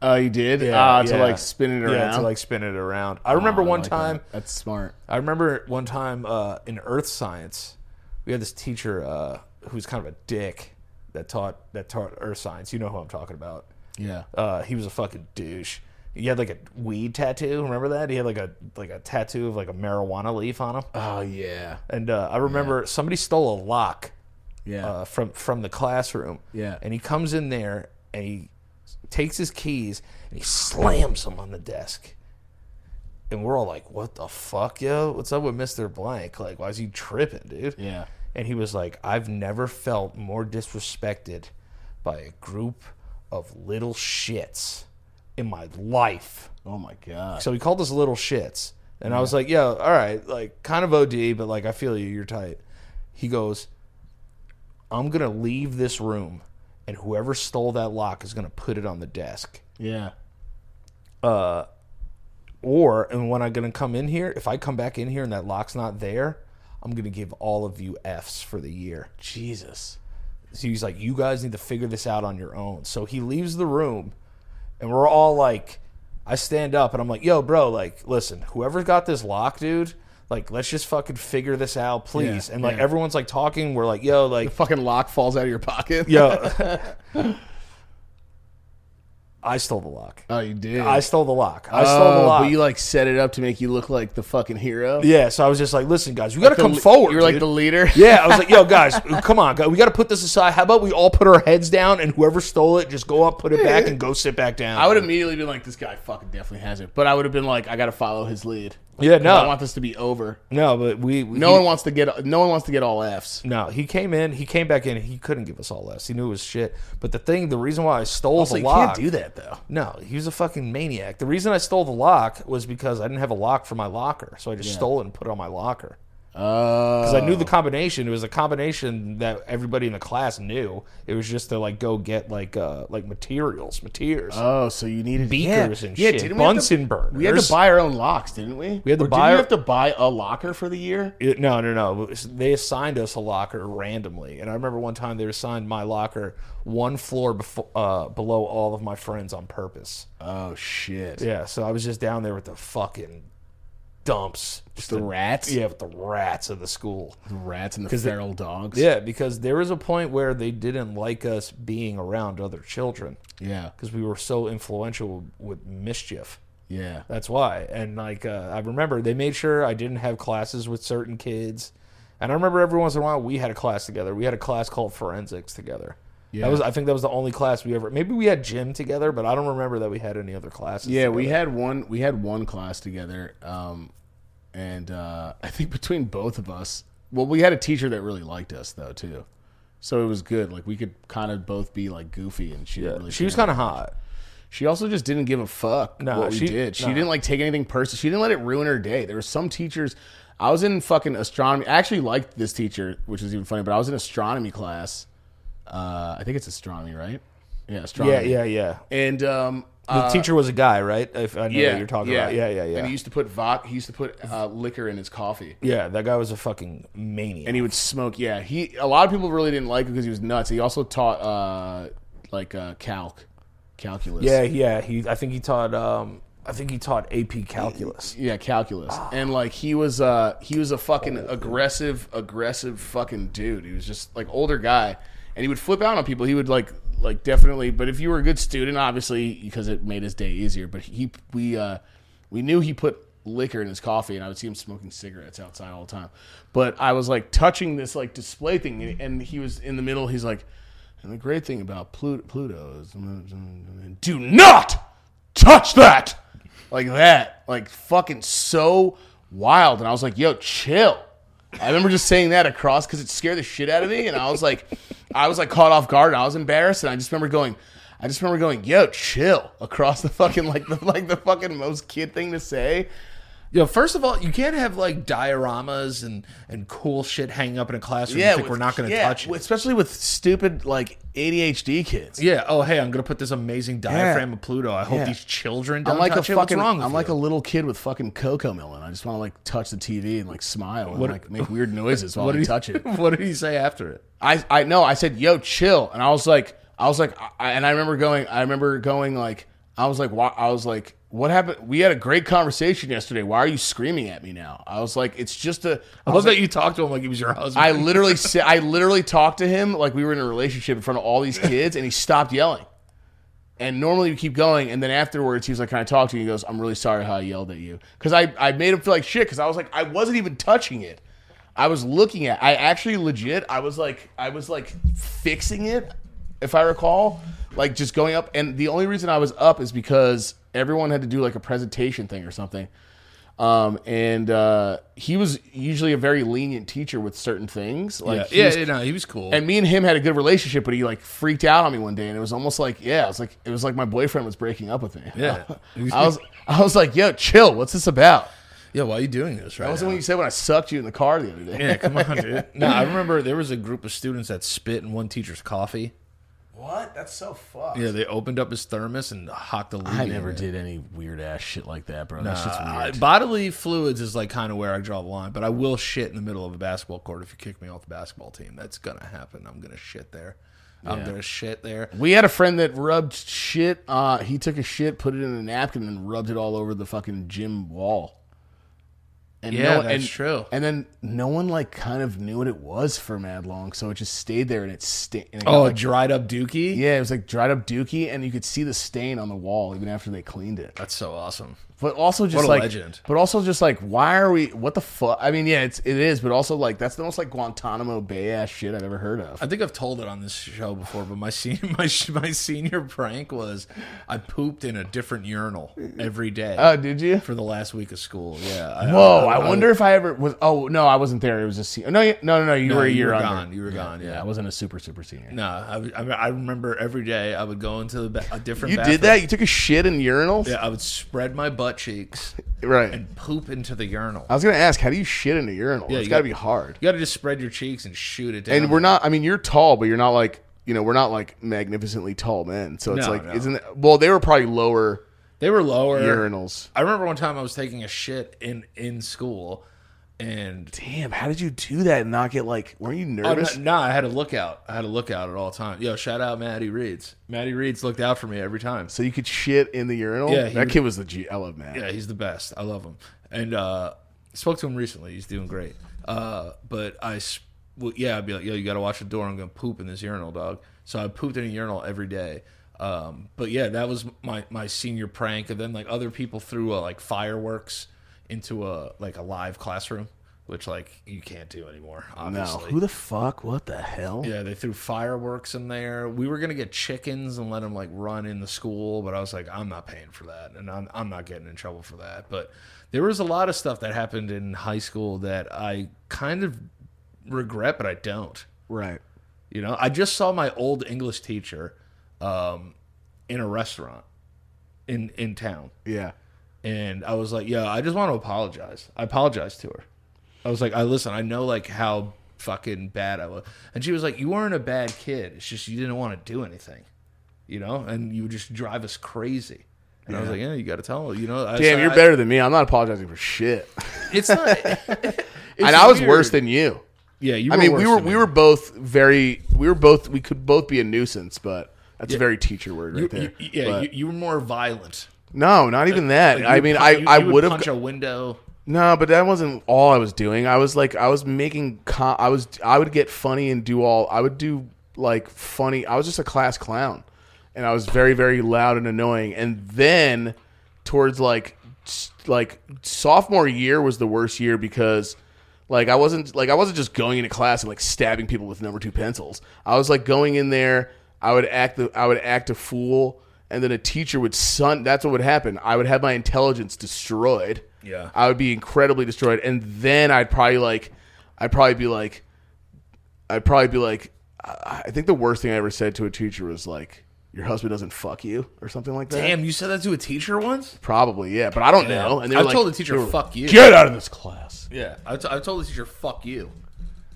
S5: Oh, you did Ah, to like spin it around.
S6: Yeah, to like spin it around. I remember
S5: Oh, I
S6: one
S5: like that.
S6: time.
S5: That's smart.
S6: I remember one time uh, in earth science, we had this teacher uh, who was kind of a dick, that taught that taught earth science. You know who I'm talking about.
S5: Yeah.
S6: Uh, he was a fucking douche. He had like a weed tattoo. Remember that? He had like a like a tattoo of like a marijuana leaf on him.
S5: Oh yeah.
S6: And uh, I remember somebody stole a lock
S5: Yeah.
S6: uh, from from the classroom.
S5: Yeah.
S6: And he comes in there and he takes his keys and he slams them on the desk. And we're all like, "What the fuck, yo? What's up with Mister Blank? Like, why is he tripping, dude?"
S5: yeah.
S6: And he was like, "I've never felt more disrespected by a group of little shits in my life."
S5: Oh my god.
S6: So he called us little shits. And I was like, yo, all right, like kind of OD, but like I feel you, you're tight. He goes, I'm going to leave this room and whoever stole that lock is going to put it on the desk.
S5: Yeah.
S6: Or, and when I'm going to come in here, if I come back in here and that lock's not there, I'm going to give all of you F's for the year.
S5: Jesus.
S6: So he's like, you guys need to figure this out on your own. So he leaves the room, and we're all like, I stand up and I'm like, yo, bro, like, listen, whoever got this lock, dude, like, let's just fucking figure this out, please.
S5: Yeah,
S6: and like,
S5: yeah.
S6: everyone's like talking. We're like, yo, like,
S5: Fucking lock falls out of your pocket.
S6: yo. I stole the lock.
S5: Oh, you did.
S6: I stole the lock. I stole the
S5: Oh,
S6: lock.
S5: But you like set it up to make you look like the fucking hero.
S6: yeah, so I was just like, listen, guys, we got to
S5: The
S6: come
S5: le-
S6: forward.
S5: You're like
S6: dude.
S5: the leader.
S6: Yeah, I was like, yo, guys, come on, guys, we got to put this aside. How about we all put our heads down and whoever stole it, just go up, put it back, and go sit back down.
S5: I would have immediately been like, this guy fucking definitely has it. But I would have been like, I got to follow his lead.
S6: Yeah, no.
S5: I want this to be over.
S6: No, but we, we
S5: No one wants to get. No one wants to get all Fs.
S6: No, he came in. He came back in. He couldn't give us all less. He knew it was shit. But the thing, the reason why I stole
S5: So
S6: the
S5: you
S6: lock.
S5: can't do that though.
S6: No, he was a fucking maniac. The reason I stole the lock was because I didn't have a lock for my locker, so I just stole it and put it on my locker.
S5: Oh,
S6: Because I knew the combination. It was a combination that everybody in the class knew. It was just to like go get like uh like materials, materials.
S5: oh, so you needed
S6: Beakers
S5: yeah.
S6: and
S5: yeah,
S6: shit.
S5: Didn't we have
S6: Bunsen
S5: to,
S6: burners.
S5: We had to buy our own locks, didn't we?
S6: We had to
S5: Or
S6: buy
S5: Did
S6: our-
S5: you have to buy a locker for the year?
S6: It- no, no, no. It was- They assigned us a locker randomly, and I remember one time they assigned my locker one floor before, uh, below all of my friends on purpose.
S5: Oh shit!
S6: Yeah, so I was just down there with the fucking dumps, just
S5: The rats.
S6: yeah, with the rats of the school.
S5: The rats and the feral dogs.
S6: Yeah, because there was a point where they didn't like us being around other children
S5: yeah,
S6: because we were so influential with mischief.
S5: yeah.
S6: That's why. And like uh, I remember they made sure I didn't have classes with certain kids. And I remember every once in a while we had a class together. We had a class called forensics together.
S5: Yeah.
S6: That was I think that was the only class we ever maybe we had gym together, but I don't remember that we had any other classes.
S5: Yeah, we
S6: together.
S5: had one. We had one class together, um, and uh, I think between both of us, well, we had a teacher that really liked us though too, so it was good. Like we could kind of both be like goofy, and she didn't really.
S6: she was
S5: care.
S6: kinda hot.
S5: She also just didn't give a fuck
S6: No,
S5: what we
S6: she-
S5: did. She
S6: no.
S5: didn't like take anything personal. She didn't let it ruin her day. There were some teachers. I was in fucking astronomy. I actually liked this teacher, which is even funny. But I was in astronomy class. Uh, I think it's astronomy, right? Yeah,
S6: Yeah,
S5: astronomy.
S6: yeah, yeah.
S5: And um,
S6: The teacher was a guy, right? If I know what you're talking about. Yeah, yeah,
S5: And he
S6: yeah.
S5: used to put vodka. He used to put uh, liquor in his coffee,
S6: Yeah, that guy was a fucking maniac.
S5: and he would smoke. Yeah, he. A lot of people really didn't like him because he was nuts. He also taught uh, like uh, calc, calculus.
S6: yeah, yeah. He I think he taught um I think he taught AP calculus.
S5: yeah, calculus. And like he was, uh, he was a fucking aggressive, aggressive fucking dude. He was just like older guy, and he would flip out on people. He would like, like definitely. But if you were a good student, obviously, because it made his day easier. But he, we, uh, we knew he put liquor in his coffee, and I would see him smoking cigarettes outside all the time. But I was like touching this like display thing, and- and he was in the middle. He's like, and the great thing about Pluto, Pluto is, mm, do not touch that like that, like fucking so wild. And I was like, yo, chill. I remember just saying that across because it scared the shit out of me. And I was like, I was like caught off guard. And I was embarrassed. And I just remember going, I just remember going, yo, chill across the fucking like the like the fucking most kid thing to say.
S6: Yo, first of all, you can't have like dioramas and and cool shit hanging up in a classroom. Yeah, you think
S5: with-
S6: we're not going to
S5: yeah,
S6: touch it.
S5: especially with stupid like ADHD kids.
S6: yeah. Oh, hey, I'm going to put this amazing diaphragm of Pluto. I hope
S5: Yeah.
S6: these children don't
S5: I'm like a
S6: touch it.
S5: fucking.
S6: What's wrong with
S5: I'm like a
S6: you?
S5: little kid with fucking cocoa melon. I just want to like touch the TV and like smile and
S6: What-
S5: like make weird noises while
S6: What
S5: I
S6: did he-
S5: touch it.
S6: what did he say after it?
S5: I I know. I said, "Yo, chill," and I was like, I was like, I, and I remember going. I remember going like, I was like, wa- I was like, What happened? We had a great conversation yesterday. Why are you screaming at me now? I was like, it's just a. I
S7: I
S5: was
S7: love
S5: like,
S7: that you talked to him like he was your husband.
S5: I literally said, I literally talked to him like we were in a relationship in front of all these kids, and he stopped yelling. And normally you keep going, and then afterwards he was like, "Can I talk to you?" He goes, "I'm really sorry how I yelled at you," because I I made him feel like shit because I was like I wasn't even touching it. I was looking at. I actually legit. I was like I was like fixing it, if I recall, like just going up. And the only reason I was up is because everyone had to do like a presentation thing or something. Um, and uh, he was usually a very lenient teacher with certain things. Like he
S7: yeah,
S5: was-
S7: yeah, no, he was cool.
S5: and me and him had a good relationship, but he like freaked out on me one day, and it was almost like yeah, it was like it was like my boyfriend was breaking up with me.
S7: Yeah.
S5: I was I was like, yo, chill. What's this about?
S7: yeah, why are you doing this right
S5: That was the
S7: now?
S5: one you said when I sucked you in the car the other day.
S7: Yeah, come on, dude. No, I remember there was a group of students that spit in one teacher's coffee.
S5: What? That's so fucked.
S7: Yeah, they opened up his thermos and hocked the.
S5: I never did any weird ass shit like that, bro. That's just weird.
S7: Uh, bodily fluids is like kind of where I draw the line, but I will shit in the middle of a basketball court if you kick me off the basketball team. That's gonna happen. I'm gonna shit there. I'm gonna shit there.
S5: we had a friend that rubbed shit. Uh, he took a shit, put it in a napkin, and rubbed it all over the fucking gym wall. And
S7: Yeah,
S5: one-
S7: that's
S5: and-
S7: true.
S5: And then no one like kind of knew what it was for mad long, so it just stayed there and it stayed.
S7: Oh, a dried up dookie.
S5: Yeah, it was like dried up dookie, and you could see the stain on the wall even after they cleaned it.
S7: That's so awesome.
S5: But also just
S7: What a
S5: like,
S7: legend.
S5: but also just like, why are we? What the fuck? I mean, yeah, it's it is, but also like that's the most like Guantanamo Bay ass shit I've ever heard of.
S7: I think I've told it on this show before, but my senior my sh- my senior prank was I pooped in a different urinal every day
S5: Oh, did you?
S7: for the last week of school. Yeah. I-
S5: Whoa, I, wonder if I ever was. Oh no, I wasn't there. It was a se- no, you- no, no, no. You
S7: No,
S5: were a
S7: you
S5: year
S7: were
S5: under.
S7: gone. You were gone. Yeah.
S5: Yeah, I wasn't a super super senior.
S7: No, I, was- I, mean, I remember every day I would go into the ba- a different.
S5: you
S7: bathroom.
S5: did that? You took a shit in urinals?
S7: Yeah, I would spread my butt cheeks
S5: right.
S7: and poop into the urinal.
S5: I was gonna ask, how do you shit in a urinal?
S7: Yeah,
S5: it's
S7: you
S5: got to
S7: got-
S5: be hard.
S7: You got to just spread your cheeks and shoot it down.
S5: And we're not. I mean, you're tall, but you're not like you know we're not like magnificently tall men. So it's
S7: No,
S5: like
S7: no.
S5: isn't it, well they were probably lower
S7: They were lower.
S5: urinals.
S7: I remember one time I was taking a shit in in school, and
S5: Damn, how did you do that and not get like? Were you
S7: Oh,
S5: nervous?
S7: no, no, I had a lookout. I had a lookout at all times. Yo, shout out Maddie Reeds. Maddie Reeds looked out for me every time.
S5: so you could shit in the urinal.
S7: Yeah, he
S5: that
S7: would-
S5: kid was the G. I love man.
S7: Yeah, he's the best. I love him. And uh, spoke to him recently. He's doing great. Uh, but I, s- well, yeah, I'd be like, yo, you got to watch the door. I'm gonna poop in this urinal, dog. So I pooped in a urinal every day. Um, but yeah, that was my my senior prank. And then like other people threw uh, like fireworks into a like a live classroom, which like you can't do anymore.
S5: no,
S7: Obviously.
S5: who the fuck? What the hell?
S7: Yeah, they threw fireworks in there. We were gonna get chickens and let them like run in the school, but I was like, I'm not paying for that, and I'm I'm not getting in trouble for that. But there was a lot of stuff that happened in high school that I kind of regret, but I don't.
S5: Right.
S7: You know, I just saw my old English teacher um, in a restaurant in in town,
S5: Yeah.
S7: and I was like, "Yeah, I just want to apologize." I apologized to her. I was like, "I listen. I know like how fucking bad I was," and she was like, "You weren't a bad kid. It's just you didn't want to do anything, you know, and you would just drive us crazy." And I was like, "Yeah, you got to tell her, you know." I-
S5: Damn,
S7: so
S5: you're
S7: I-
S5: better than me. I'm not apologizing for shit.
S7: It's not.
S5: and I was worse than you.
S7: Yeah, you.
S5: I mean, we
S7: worse
S5: were
S7: than
S5: we
S7: me.
S5: were both very we were both we could both be a nuisance, but that's a very teacher word right
S7: You-
S5: there.
S7: you- yeah,
S5: But-
S7: you, you were more violent.
S5: no, not even that.
S7: Like, you
S5: I
S7: would
S5: mean,
S7: pu-
S5: I
S7: you-
S5: I
S7: you
S5: would have
S7: punch a window.
S5: No, but that wasn't all I was doing. I was like, I was making. Com- I was. I would get funny and do all. I would do like funny. I was just a class clown, and I was very, very loud and annoying. And then, towards like, s- like sophomore year was the worst year because, like, I wasn't like I wasn't just going into class and like stabbing people with number two pencils. I was like going in there. I would act. The, I would act a fool, and then a teacher would sun. That's what would happen. I would have my intelligence destroyed.
S7: Yeah.
S5: I would be incredibly destroyed, and then I'd probably like, I'd probably be like, I'd probably be like, I I think the worst thing I ever said to a teacher was like, "Your husband doesn't fuck you" or something like that.
S7: Damn, you said that to a teacher once.
S5: Probably, yeah, but I don't know. And they
S7: I
S5: were like,
S7: told the teacher,
S5: they were,
S7: "Fuck you."
S5: Get out of this class.
S7: Yeah, I, t- I told the teacher, "Fuck you."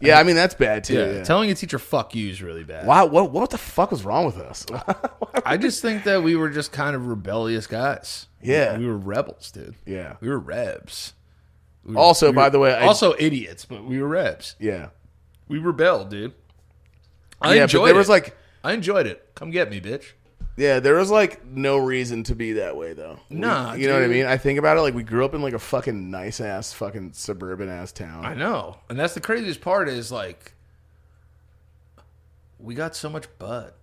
S5: Yeah, I mean that's bad too.
S7: Yeah,
S5: Yeah.
S7: telling a teacher "fuck you" is really bad.
S5: Wow, what what the fuck was wrong with us?
S7: I just think that we were just kind of rebellious guys.
S5: Yeah.
S7: We were rebels, dude.
S5: Yeah.
S7: We were rebs.
S5: also,
S7: We
S5: by
S7: were-
S5: the way, I,
S7: also idiots, but we were rebs.
S5: yeah,
S7: We rebelled, dude. I
S5: yeah,
S7: enjoyed
S5: but there
S7: it.
S5: was like
S7: I enjoyed it. Come get me, bitch.
S5: Yeah, there was like no reason to be that way though.
S7: Nah,
S5: you know what I
S7: dude.
S5: mean? I think about it like we grew up in like a fucking nice ass fucking suburban ass
S7: I
S5: town.
S7: know, and that's the craziest part is like, we got so much butt.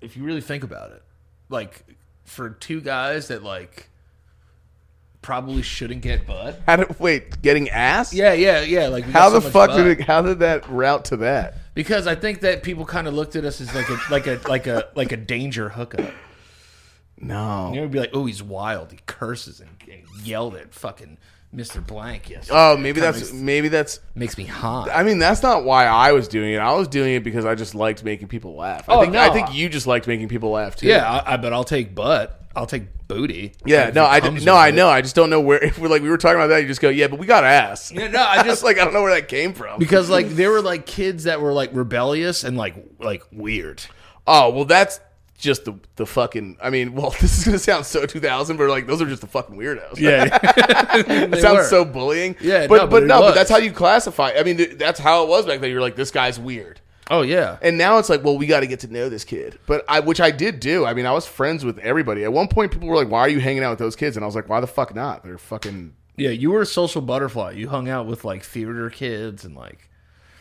S7: If you really think about it, like for two guys that like probably shouldn't get butt.
S5: How did wait, getting ass?
S7: Yeah, yeah, yeah. Like we got
S5: How
S7: so
S5: the
S7: much
S5: fuck
S7: butt.
S5: did it how did that route to that?
S7: Because I think that people kind of looked at us as like a like a like a like a danger hookup.
S5: No.
S7: You know, be like, oh, he's wild. He curses and, and yelled at fucking Mister Blank. Yes,
S5: Oh, maybe that's maybe that's
S7: makes me hot.
S5: I mean, that's not why I was doing it. I was doing it because I just liked making people laugh. I
S7: Oh,
S5: think I
S7: no.
S5: think you just liked making people laugh too.
S7: yeah, I, I but I'll take butt. I'll take booty.
S5: Yeah,
S7: If
S5: no,
S7: it
S5: I
S7: comes
S5: no,
S7: with
S5: I
S7: it.
S5: know. I just don't know where. If we're like we were talking about that, you just go, yeah, but we got ass.
S7: Yeah, no, I
S5: Just
S7: just
S5: like I don't know where that came from.
S7: because like there were like kids that were like rebellious and like like weird.
S5: Oh well, that's just the the fucking. I mean, well, this is gonna sound so 2000, but like those are just the fucking weirdos.
S7: Yeah,
S5: that sounds so bullying.
S7: Yeah,
S5: but
S7: no,
S5: but,
S7: but it
S5: no, but
S7: was.
S5: that's how you classify. I mean, th- that's how it was back then. You're like, this guy's weird,
S7: Oh yeah,
S5: and now it's like, well, we got to get to know this kid. But I, which I did do. I mean, I was friends with everybody. At one point, people were like, why are you hanging out with those kids? And I was like, why the fuck not? They're fucking.
S7: yeah. You were a social butterfly. You hung out with like theater kids and like.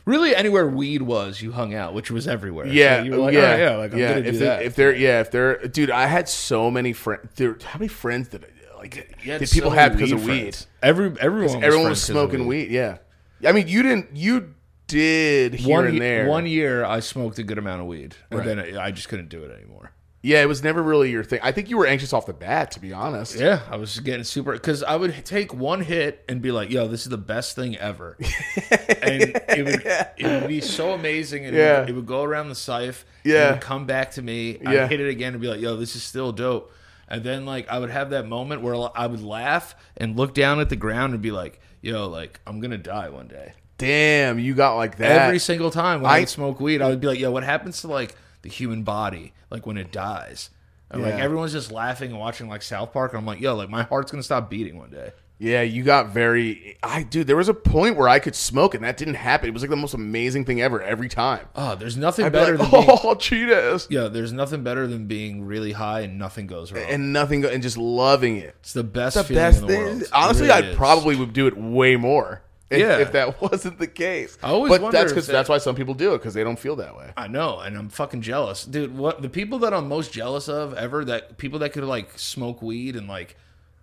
S7: Really, anywhere weed was, you hung out, which was everywhere. So
S5: Yeah,
S7: you were like,
S5: yeah,
S7: "Alright, yeah, like I'm
S5: yeah.
S7: gonna do
S5: if they're,
S7: that.
S5: if they're, yeah, if they're, dude, I had so many friends. How many friends did I, like?
S7: Yeah,
S5: did
S7: so
S5: people have because of
S7: friends.
S5: weed?
S7: Every everyone was
S5: everyone was
S7: friends 'cause of
S5: smoking weed. Yeah, I mean, you didn't. You did here
S7: One
S5: and
S7: ye-
S5: there.
S7: One year, I smoked a good amount of weed, and then I, I just couldn't do it anymore.
S5: yeah, it was never really your thing. I think you were anxious off the bat, to be honest.
S7: Yeah, I was getting super because I would take one hit and be like, "Yo, this is the best thing ever," and it would it would be so amazing. And
S5: Yeah.
S7: it, would, it would go around the scythe.
S5: Yeah.
S7: it would come back to me.
S5: Yeah.
S7: I'd hit it again and be like, "Yo, this is still dope." And then like I would have that moment where I would laugh and look down at the ground and be like, "Yo, like I'm gonna die one day."
S5: Damn, you got like that.
S7: Every single time when I,
S5: I-
S7: would smoke weed, I would be like, "Yo, what happens to like the human body like when it dies?" And like
S5: Yeah.
S7: everyone's just laughing and watching like South Park, and I'm like, "Yo, like my heart's gonna stop beating one day."
S5: yeah, you got very. I dude, there was a point where I could smoke, and that didn't happen. It was like the most amazing thing ever. Every time,
S7: Oh, there's nothing
S5: I'd be
S7: better
S5: like,
S7: than being,
S5: oh, Cheetos,
S7: yeah, there's nothing better than being really high and nothing goes wrong.
S5: and nothing, go- and just loving it.
S7: it's the best
S5: It's the
S7: feeling
S5: best
S7: in the
S5: thing.
S7: world.
S5: Honestly,
S7: It really
S5: I
S7: is.
S5: probably would do it way more. If,
S7: Yeah.
S5: if that wasn't the case,
S7: I always
S5: but
S7: wonder
S5: that's
S7: if
S5: because
S7: that-
S5: that's why some people do it because they don't feel that way.
S7: I know, and I'm fucking jealous, dude. What the people that I'm most jealous of ever that people that could like smoke weed and like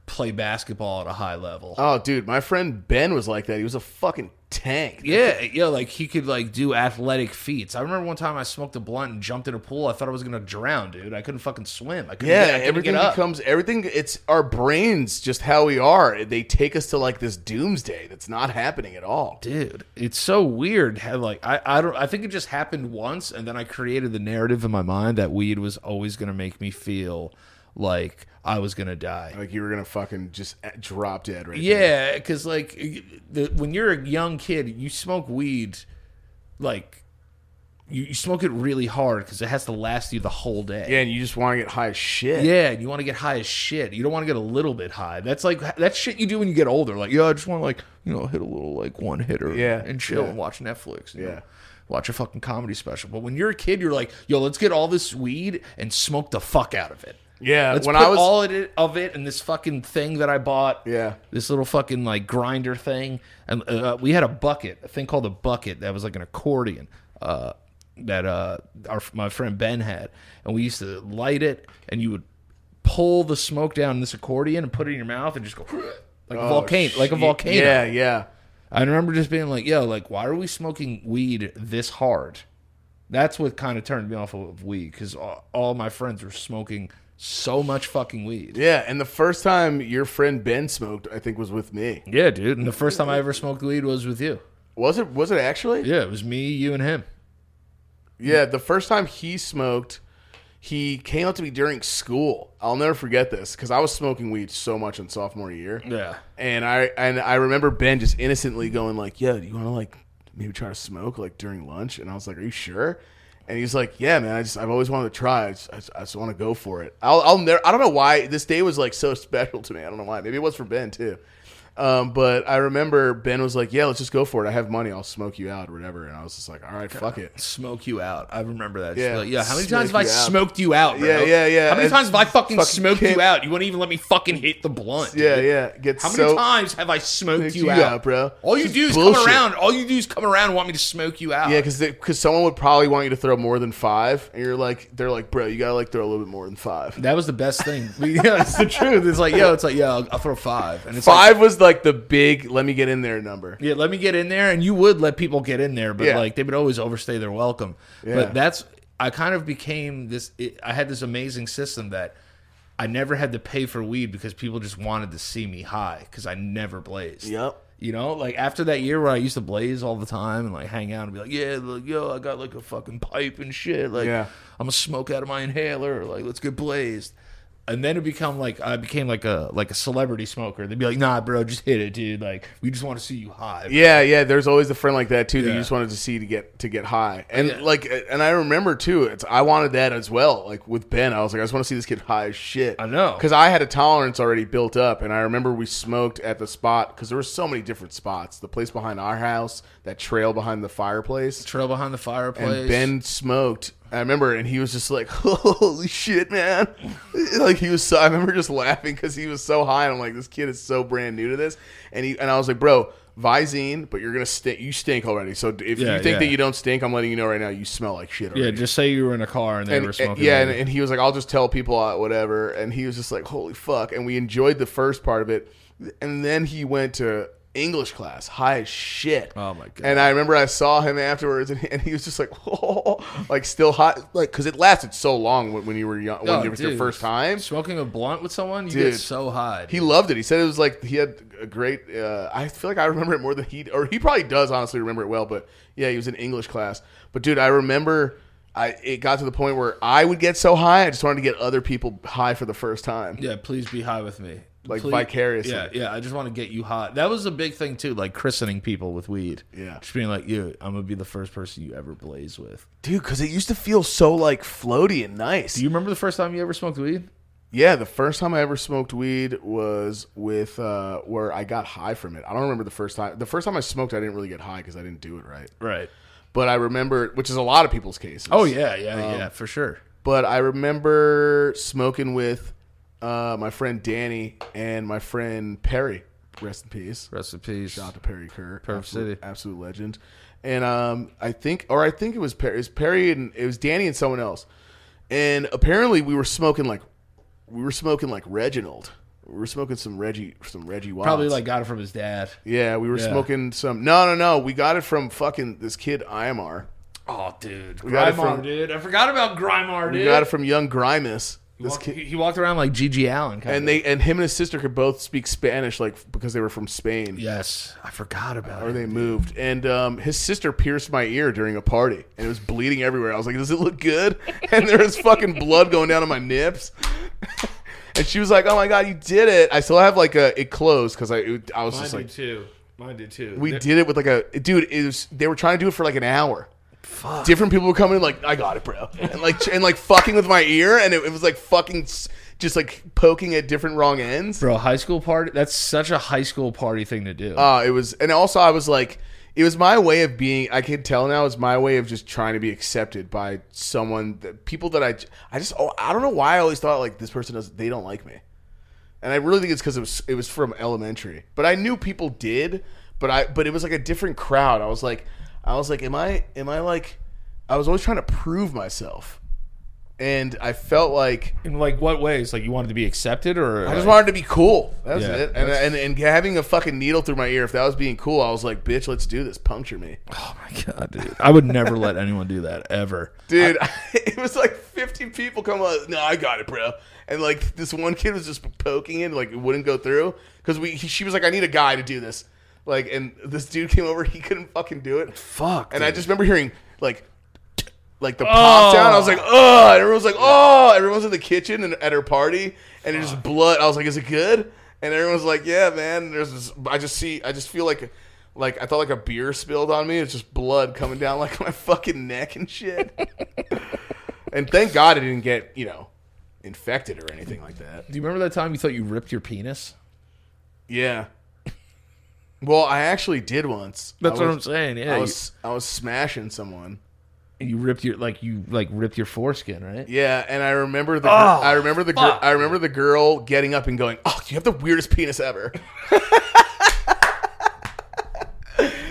S7: play basketball at a high level.
S5: Oh, dude, my friend Ben was like that. He was a fucking tank.
S7: Yeah, yeah, like he could like do athletic feats. I remember one time I smoked a blunt and jumped in a pool. I thought I was gonna drown, dude. I couldn't fucking swim. I couldn't
S5: Yeah,
S7: get, I couldn't
S5: everything
S7: get up.
S5: becomes everything. It's our brains, just how we are. They take us to like this doomsday that's not happening at all.
S7: dude. It's so weird. How, like I, I don't. I think it just happened once, and then I created the narrative in my mind that weed was always gonna make me feel like I was gonna die.
S5: Like you were gonna fucking just a- drop dead right there.
S7: Yeah, because like the, when you're a young kid, you smoke weed, like you, you smoke it really hard because it has to last you the whole day.
S5: Yeah, and you just want to get high as shit.
S7: Yeah, and you want to get high as shit. You don't want to get a little bit high. That's like that's shit you do when you get older. Like, yo, I just want to like you know hit a little like one hitter,
S5: Yeah,
S7: and chill
S5: yeah.
S7: and watch Netflix. you
S5: Yeah.
S7: know, watch a fucking comedy special. But when you're a kid, you're like, yo, let's get all this weed and smoke the fuck out of it.
S5: Yeah,
S7: let's
S5: when
S7: put
S5: I was-
S7: all of it, of it in this fucking thing that I bought.
S5: Yeah.
S7: this little fucking like grinder thing, and uh, we had a bucket, a thing called a bucket that was like an accordion. Uh, that uh, our my friend Ben had, and we used to light it, and you would pull the smoke down this accordion and put it in your mouth and just go like a volcano, like a volcano.
S5: Yeah, yeah.
S7: I remember just being like, "Yo, like, why are we smoking weed this hard?" That's what kind of turned me off of weed because all, all my friends were smoking so much fucking weed.
S5: Yeah, and the first time your friend Ben smoked, I think was with me.
S7: Yeah, dude. And the first time I ever smoked weed was with you.
S5: Was it was it actually?
S7: Yeah, it was me, you, and him.
S5: Yeah, the first time he smoked, he came up to me during school. I'll never forget this because I was smoking weed so much in sophomore year.
S7: Yeah.
S5: and I and I remember Ben just innocently going like, "Yo, do you want to like maybe try to smoke like during lunch?" And I was like, "Are you sure?" And he's like, "Yeah, man. I just I've always wanted to try. I just, I just, I just want to go for it. I'll I'll never. I don't know why this day was like so special to me. I don't know why. Maybe it was for Ben too." Um, but I remember Ben was like, "Yeah, let's just go for it. I have money. I'll smoke you out, or whatever." And I was just like, "All right, fuck it."
S6: Smoke you out. I remember that.
S5: Yeah.
S6: Yeah. Like, yeah. How many
S5: Smoke
S6: times have I
S5: you out.
S6: smoked you out? Bro?
S5: Yeah, yeah, yeah.
S6: How many
S5: It's-
S6: times have I fucking,
S5: fucking
S6: smoked
S5: can't-
S6: you out? You wouldn't even let me fucking hit the blunt.
S5: Yeah,
S6: dude.
S5: yeah. Get
S6: How many
S5: so
S6: times have I smoked you,
S5: you
S6: out?
S5: out, bro.
S6: All you
S5: This
S6: do
S5: is
S6: is
S5: bullshit.
S6: come around. All you do is come around and want me to smoke you out.
S5: Yeah, because because someone would probably want you to throw more than five, and you're like, they're like, bro, you gotta like throw a little bit more than five.
S6: that was the best thing. We- yeah, it's the truth. It's like, yo, it's like, yo, I'll, I'll throw five, and it's like,
S5: Five was like the big let me get in there number.
S6: Yeah, let me get in there, and you would let people get in there, but
S5: Yeah.
S6: like they would always overstay their welcome.
S5: Yeah.
S6: But that's I kind of became this. It, I had this amazing system that I never had to pay for weed because people just wanted to see me high because I never blazed.
S5: Yep.
S6: You know, like after that year where I used to blaze all the time and like hang out and be like, yeah, look, yo, I got like a fucking pipe and shit. Like,
S5: Yeah.
S6: I'm gonna smoke out of my inhaler. Like, let's get blazed. And then it become like I became like a like a celebrity smoker. They'd be like, nah, bro, just hit it, dude. Like, we just want to see you high.
S5: Yeah, yeah. There's always a friend like that too that you
S6: Yeah.
S5: just wanted to see to get to get high, and like, and I remember too. It's I wanted that as well. Like with Ben, I was like, I just want to see this kid high as shit.
S6: I know.
S5: because I had a tolerance already built up, and I remember we smoked at the spot because there were so many different spots. The place behind our house, that trail behind the fireplace,
S6: Trail behind the fireplace.
S5: and Ben smoked. I remember, and he was just like, "Holy shit, man!" like he was. So, I remember just laughing because he was so high, and I'm like, "This kid is so brand new to this." And he and I was like, "Bro, Visine, but you're gonna stink. You stink already. So if
S6: Yeah,
S5: you think
S6: yeah.
S5: that you don't stink, I'm letting you know right now. You smell like shit." Already.
S6: yeah, just say you were in a car and they
S5: And,
S6: were
S5: and-
S6: smoking.
S5: yeah,
S6: weed.
S5: and, and he was like, "I'll just tell people uh, whatever," and he was just like, "Holy fuck!" And we enjoyed the first part of it, and then he went to English class, high as shit.
S6: Oh, my God.
S5: And I remember I saw him afterwards, and he, and he was just like, like still hot, like because it lasted so long when, when you were young, when
S6: Oh,
S5: it was your
S6: dude.
S5: first time.
S6: smoking a blunt with someone, you
S5: Dude.
S6: get so high.
S5: He
S6: dude.
S5: loved it. He said it was like he had a great. Uh, I feel like I remember it more than he, or he probably does honestly remember it well. But yeah, he was in English class. But dude, I remember. I it got to the point where I would get so high, I just wanted to get other people high for the first time.
S6: yeah, please be high with me.
S5: Like
S6: Please-
S5: vicariously.
S6: Yeah, yeah. I just want to get you hot. That was a big thing too, like christening people with weed.
S5: Yeah.
S6: Just being like, dude, I'm gonna be the first person you ever blaze with.
S5: Dude, because it used to feel so like floaty and nice.
S6: Do you remember the first time you ever smoked weed?
S5: yeah, the first time I ever smoked weed was with uh, where I got high from it. I don't remember the first time. The first time I smoked, I didn't really get high because I didn't do it right.
S6: Right.
S5: But I remember, which is a lot of people's cases.
S6: Oh yeah, yeah, yeah, for sure.
S5: but I remember smoking with uh, my friend Danny and my friend Perry. Rest in peace.
S6: Recipes.
S5: Shout out to Perry Kerr, Perth
S6: City.
S5: absolute legend. And um, I think, or I think it was Perry. It was Perry and it was Danny and someone else. And apparently, we were smoking like we were smoking like Reginald. We were smoking some Reggie, some Reggie. Watts.
S6: Probably like got it from his dad.
S5: yeah, we were
S6: Yeah.
S5: smoking some. No, no, no. We got it from fucking this kid Imar.
S6: Oh, dude,
S5: got
S6: Grimar,
S5: it from-
S6: dude. I forgot about Grimar, dude.
S5: We got it from Young Grimus.
S6: He
S5: This
S6: walked,
S5: kid,
S6: he, he walked around like Gigi Allen, kind
S5: and
S6: of.
S5: they and him and his sister could both speak Spanish, like because they were from Spain.
S6: Yes, I forgot about
S5: Or
S6: it.
S5: they moved, and um, his sister pierced my ear during a party, and it was bleeding everywhere. I was like, "Does it look good?" And there was fucking blood going down to my nips. And she was like, "Oh my god, you did it!" I still have like a it closed because I it, I was
S6: Mine
S5: just
S6: did
S5: like,
S6: too. Mine did too.
S5: "We did it with like a dude." It was they were trying to do it for like an hour. Different people were coming in like, "I got it, bro," and like and like fucking with my ear, and it, it was like fucking s- just like poking at different wrong ends.
S6: Bro, high school party. That's such a high school party thing to do.
S5: Uh, it was, and also I was like, it was my way of being. I can tell now. It was my way of just trying to be accepted by someone that people that I, I just, oh, I don't know why I always thought like this person does, they don't like me, and I really think it's because it was, it was from elementary. But I knew people did, but I, but it was like a different crowd. I was like, I was like, am I, am I like, I was always trying to prove myself, and I felt like
S6: In like what ways? Like you wanted to be accepted, or
S5: I just wanted to be cool. That was
S6: Yeah,
S5: it. And,
S6: that's-
S5: and and having a fucking needle through my ear, if that was being cool, I was like, bitch, let's do this. Puncture me.
S6: Oh my god, dude! I would never let anyone do that ever.
S5: Dude, it was like 50 people come up. No, I got it, bro. And like this one kid was just poking it, like it wouldn't go through. Because we, he, she was like, I need a guy to do this. Like, and this dude came over, he couldn't fucking do it.
S6: Fuck.
S5: And I just remember hearing like, t- like the pop down. I was like, oh, and everyone was like, oh, everyone was in the kitchen and at her party, and it just blood. I was like, is it good? And everyone was like, yeah, man. There's, this, I just see, I just feel like, like I thought like a beer spilled on me. It's just blood coming down like my fucking neck and shit. and thank God I didn't get you know infected or anything like that.
S6: do you remember that time you thought you ripped your penis?
S5: Yeah. Well, I actually did once.
S7: That's
S5: I
S7: what
S5: was-
S7: I'm saying. Yeah,
S5: I
S7: you-
S5: was I was smashing someone.
S7: you, ripped your like you like ripped your foreskin, right?
S5: Yeah, and I remember the gir-
S7: Oh,
S5: I remember the gir-
S7: fuck.
S5: I remember the girl getting up and going, "Oh, you have the weirdest penis ever."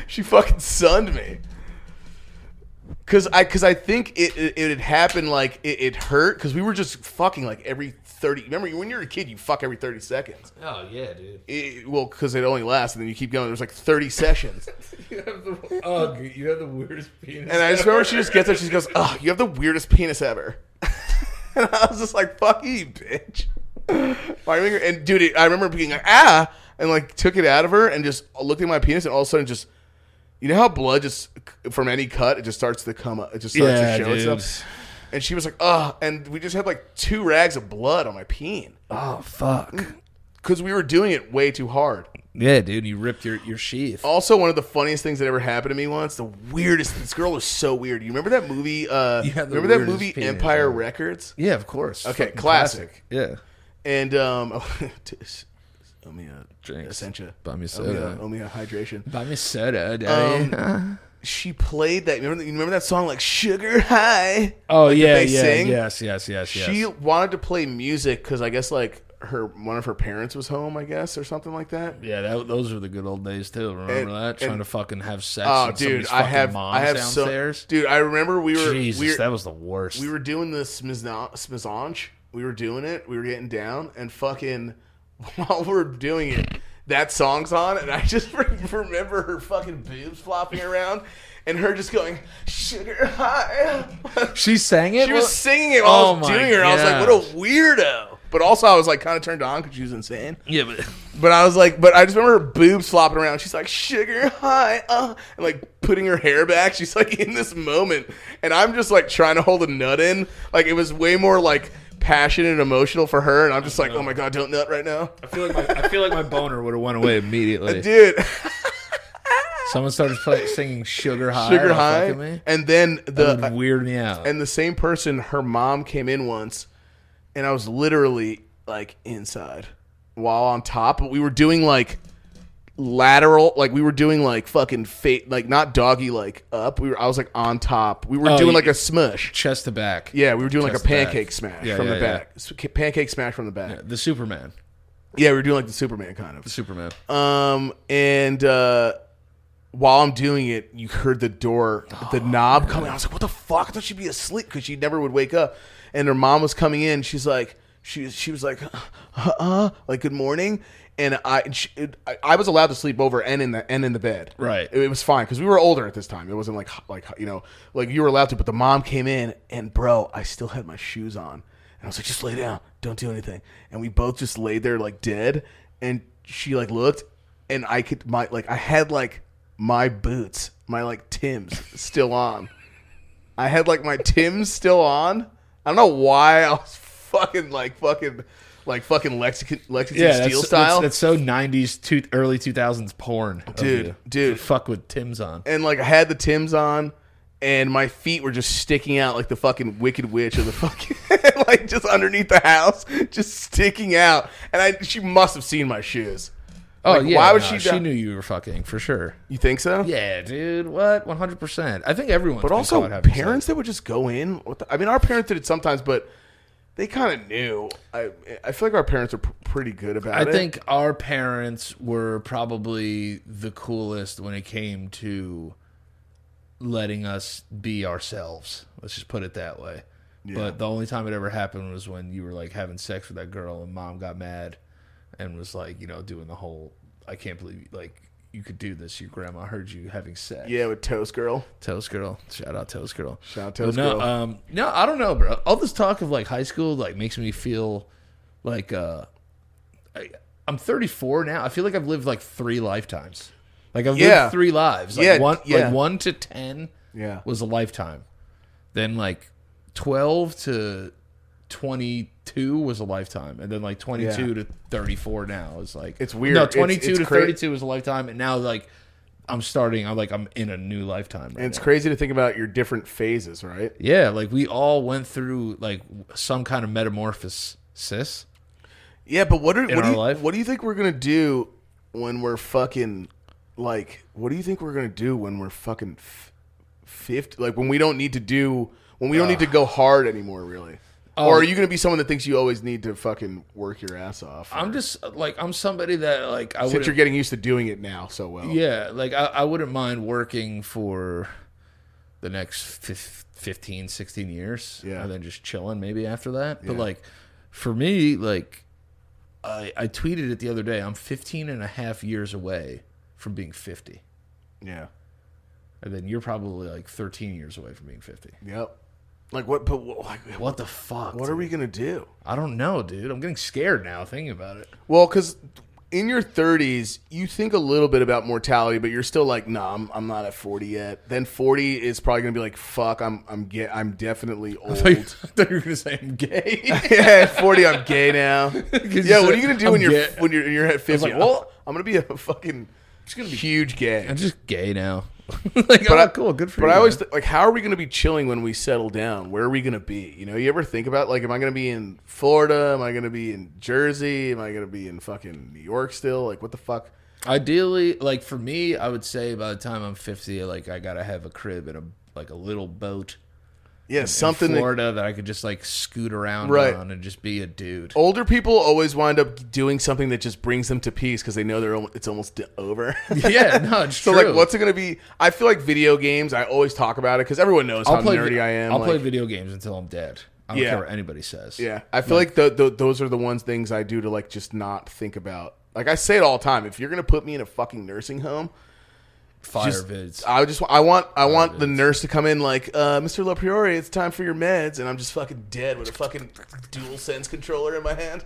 S5: she fucking sunned me. Cause I, cause I think it, it, it had happened like it, it hurt because we were just fucking like every thirty. Remember when you were a kid, you fuck every thirty seconds.
S7: Oh yeah, dude.
S5: It, well, because it only lasts, and then you keep going. There's like thirty sessions,
S7: You have the ugh, you have the weirdest penis.
S5: and I just remember she just gets up, she goes, "Oh, you have the weirdest penis ever," and I was just like, "Fuck you, bitch!" My finger, and dude, it, I remember being like, "Ah," and like took it out of her and just looked at my penis, and all of a sudden, just you know how blood just from any cut, it just starts to come up, it just starts
S7: Yeah,
S5: to show
S7: dude.
S5: itself. And she was like, "Oh," and we just had like two rags of blood on my peen
S7: oh fuck.
S5: because we were doing it way too hard.
S7: Yeah, dude, you ripped your your sheath.
S5: Also, one of the funniest things that ever happened to me once, the weirdest. This girl was so weird. You remember that movie? Uh,
S7: You had the
S5: remember that
S7: weirdest
S5: movie
S7: penis,
S5: Empire
S7: man.
S5: Records?
S7: Yeah, of course.
S5: Okay,
S7: Fucking
S5: classic.
S7: Yeah.
S5: And um, t- s- let me uh,
S7: Drinks.
S5: Essentia.
S7: Buy me
S5: Owe
S7: soda.
S5: me a- owe me a hydration. Um,
S7: Buy me soda, daddy.
S5: She played that. Remember, you remember that song like "Sugar High."
S7: oh yeah,
S5: they
S7: yeah,
S5: sing?
S7: yes, yes, yes, yes.
S5: She wanted to play music because I guess like her one of her parents was home, I guess, or something like that.
S7: yeah, that, those are the good old days too. Remember
S5: And-
S7: that? Trying
S5: and-
S7: to fucking have sex.
S5: Oh,
S7: in
S5: dude,
S7: somebody's
S5: I
S7: fucking
S5: have,
S7: mom's
S5: I have
S7: downstairs.
S5: so, dude. I remember we were,
S7: Jesus,
S5: we were
S7: that was the worst.
S5: we were doing the smizna- smizange. We were doing it. We were getting down, and fucking while we're doing it, that song's on, and I just re- remember her fucking boobs flopping around, and her just going sugar high.
S7: she sang it.
S5: she was
S7: Well-
S5: singing it while
S7: Oh
S5: I was
S7: my
S5: doing it. and I was like,
S7: gosh.
S5: what a weirdo. But also, I was like kind of turned on because she was insane.
S7: yeah, but
S5: But I was like, but I just remember her boobs flopping around. She's like, sugar high, uh, and like putting her hair back. She's like in this moment, and I'm just like trying to hold a nut in. Like it was way more like passionate and emotional for her, and I'm just like, oh my god, don't nut right now,
S7: I feel like my, I feel like my boner would have went away immediately.
S5: dude.
S7: Someone started play, singing "Sugar High."
S5: sugar
S7: while fucking
S5: high,
S7: Me.
S5: and then
S7: That would
S5: the
S7: weird me out.
S5: and the same person, her mom came in once, and I was literally like inside while on top, but we were doing like lateral, like we were doing like fucking fate, like not doggy, like up. We were, I was like on top. We were
S7: Oh,
S5: doing
S7: you-
S5: like a smush.
S7: Chest to back.
S5: Yeah, we were doing like a
S7: Just the back.
S5: pancake smash
S7: Yeah,
S5: from
S7: yeah,
S5: the
S7: yeah.
S5: back. S- Pancake smash from the back.
S7: The Superman.
S5: Yeah, we were doing like the Superman kind of.
S7: Superman.
S5: Um, and uh, while I'm doing it, you heard the door, the knob coming. I was like, "What the fuck?" I thought she'd be asleep because she never would wake up. And her mom was coming in. She's like, she was, she was like, uh, uh, like good morning. And I, and she, it, I, I was allowed to sleep over and in the and in the bed.
S7: Right.
S5: It, it was fine because we were older at this time. It wasn't like like you know like you were allowed to. But the mom came in and bro, I still had my shoes on. And I was like, just lay down, don't do anything. And we both just laid there like dead. And she like looked, and I could my like I had like my boots, my like Tim's still on. I had like my Tim's still on. I don't know why I was fucking like fucking like fucking Lexington Lexington
S7: Yeah,
S5: Steel
S7: that's,
S5: style.
S7: That's, that's so '90s, two, early 2000s porn, of
S5: Dude,
S7: you.
S5: dude.
S7: Fuck with Tim's on.
S5: and like I had the Tim's on, and my feet were just sticking out like the fucking Wicked Witch of the fucking like just underneath the house, just sticking out. And I she must have seen my shoes.
S7: Oh
S5: Like,
S7: yeah.
S5: why would
S7: nah,
S5: she
S7: She
S5: do-
S7: knew you were fucking for sure.
S5: You think so?
S7: Yeah, dude. What? 100. percent I think everyone.
S5: But also parents that would just go in. What the, I mean, our parents did it sometimes, but they kind of knew. I I feel like our parents are pr- pretty good about
S7: I
S5: it.
S7: think our parents were probably the coolest when it came to letting us be ourselves. Let's just put it that way. But the only time it ever happened was when you were like having sex with that girl and mom got mad and was like, you know, doing the whole I can't believe like you could do this. Your grandma heard you having sex.
S5: Yeah, with Toast Girl.
S7: Toast Girl. Shout out Toast Girl.
S5: Shout out
S7: But
S5: Toast
S7: no,
S5: Girl.
S7: Um, no, I don't know, bro. All this talk of like high school like makes me feel like uh, I, I'm 34 now. I feel like I've lived like three lifetimes. Like I've
S5: Yeah.
S7: lived three lives. Like
S5: Yeah,
S7: one,
S5: yeah.
S7: like one to ten
S5: Yeah.
S7: was a lifetime. Then like 12 to 22 was a lifetime, and then like 22 to 34 now is like
S5: It's weird.
S7: No,
S5: It's-
S7: 22
S5: it's
S7: to
S5: cra-
S7: 32 was a lifetime, and now like. I'm starting. I'm like I'm in a new lifetime. Right
S5: And it's
S7: now.
S5: crazy to think about your different phases, right?
S7: Yeah, like we all went through like some kind of metamorphosis.
S5: Yeah, but what are, what do
S7: our
S5: you
S7: life?
S5: what do you think we're gonna do when we're fucking like, what do you think we're gonna do when we're fucking f- fifty? Like when we don't need to do when we don't need to go hard anymore, really.
S7: Um,
S5: or are you gonna be someone that thinks you always need to fucking work your ass off?
S6: I'm just like I'm somebody that like I
S5: Since
S6: would
S5: you're getting used to doing it now so well.
S6: yeah like I, I wouldn't mind working for the next fif- 15 16 years
S5: Yeah.
S6: and then just chilling maybe after that but like for me like I, I tweeted it the other day i'm 15 and a half years away from being 50
S5: Yeah.
S6: and then you're probably like 13 years away from being 50
S5: Yep. Like what? But what- like, what?
S6: what the fuck
S5: What are we gonna do?
S6: i don't know dude i'm getting scared now thinking about it
S5: Well, because in your 30s, you think a little bit about mortality, but you're still like, nah, I'm, I'm not at 40 yet. Then 40 is probably gonna be like, fuck, I'm I'm get, I'm definitely
S6: i
S5: old.
S6: thought you were gonna say i'm gay
S5: yeah, at 40, I'm gay now. Yeah, what are you gonna do
S6: I'm
S5: when you're
S6: gay.
S5: when you're you're at 50?
S6: like, well-
S5: I'm gonna be a fucking
S6: gonna be-
S5: huge gay.
S6: i'm just gay now like oh,
S5: I-
S6: cool good for
S5: but
S6: you
S5: I always
S6: man.
S5: th- like, how are we going to be chilling when we settle down? Where are we going to be? You know, you ever think about like, am I going to be in Florida? Am I going to be in Jersey? Am I going to be in fucking New York still? Like, what the fuck?
S6: Ideally, like for me, I would say by the time I'm 50, like I gotta have a crib and a like a little boat
S5: Yeah, something.
S6: in
S5: that-
S6: Florida that I could just like scoot around
S5: Right. Oh.
S6: on and just be a dude.
S5: older people always wind up doing something that just brings them to peace because they know they're al- it's almost d- over.
S6: Yeah, no, it's
S5: so
S6: true.
S5: like, what's it going to be? I feel like video games. I always talk about it because everyone knows how nerdy
S6: vi-
S5: I am.
S6: I'll play
S5: like-
S6: video games until I'm dead. I don't
S5: Yeah.
S6: care what anybody says.
S5: Yeah, I feel like tho- tho- those are the ones things I do to like just not think about. Like I say it all the time. If you're gonna put me in a fucking nursing home,
S6: fire
S5: just-
S6: vids.
S5: I just I want I want the nurse to come in like, uh, Mr. LaPriori, it's time for your meds, and I'm just fucking dead with a fucking dual sense controller in my hand.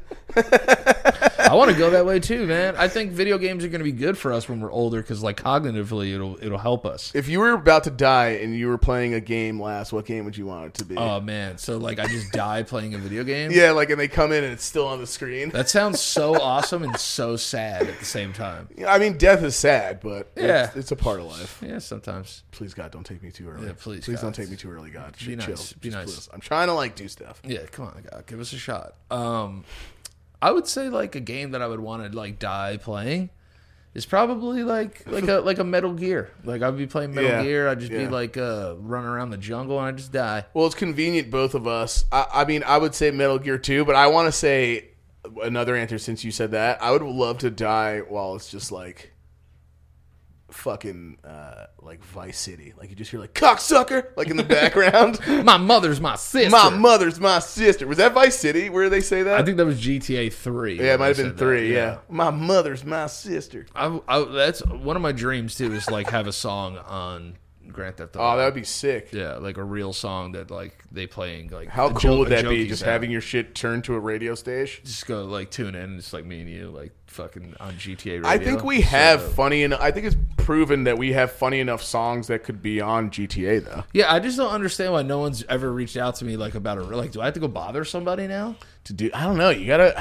S6: I want to go that way too, man. I think video games are gonna be good for us when we're older because like cognitively, it'll it'll help us.
S5: If you were about to die and you were playing a game last, what game would you want it to be?
S6: Oh man, so like I just die playing a video game.
S5: yeah, like and they come in and it's still on the screen.
S6: That sounds so awesome and so sad at the same time.
S5: Yeah, I mean, death is sad, but
S6: Yeah.
S5: it's, it's a part of life.
S6: Yeah, sometimes.
S5: Please, God, don't take me too early.
S6: Yeah, please,
S5: please
S6: God.
S5: don't take me too early, God. Be
S6: nice. Be nice.
S5: I'm trying to like do stuff.
S6: Yeah, come on, God, give us a shot. Um, I would say like a game that I would want to like die playing is probably like like a like a Metal Gear. Like I'd be playing Metal
S5: Yeah,
S6: Gear, I'd just be
S5: yeah.
S6: like uh running around the jungle and I would just die.
S5: Well, it's convenient both of us. I, I mean, I would say Metal Gear 2, but I want to say another answer since you said that. I would love to die while it's just like fucking uh like Vice City. Like you just hear like cocksucker like in the background.
S6: My mother's my sister.
S5: my mother's my sister. Was that Vice City where they say that?
S6: I think that was GTA three.
S5: yeah, it
S6: when
S5: might
S6: I
S5: have
S6: said
S5: been
S6: that,
S5: 3, yeah. My mother's my sister.
S6: I, I, that's one of my dreams too is like have a song on Grand Theft Auto.
S5: Oh, that would be sick.
S6: yeah, like a real song that like they playing like
S5: How
S6: a
S5: cool
S6: jo-
S5: would
S6: a
S5: that be
S6: jokey's
S5: just
S6: out.
S5: having your shit turned to a radio station?
S6: just go like tune in and it's like me and you like fucking on GTA radio.
S5: I think we
S6: So
S5: have
S6: dope.
S5: funny enough. I think it's proven that we have funny enough songs that could be on GTA though.
S6: Yeah, I just don't understand why no one's ever reached out to me like about a like. Do I have to go bother somebody now?
S5: To do, I don't know. You gotta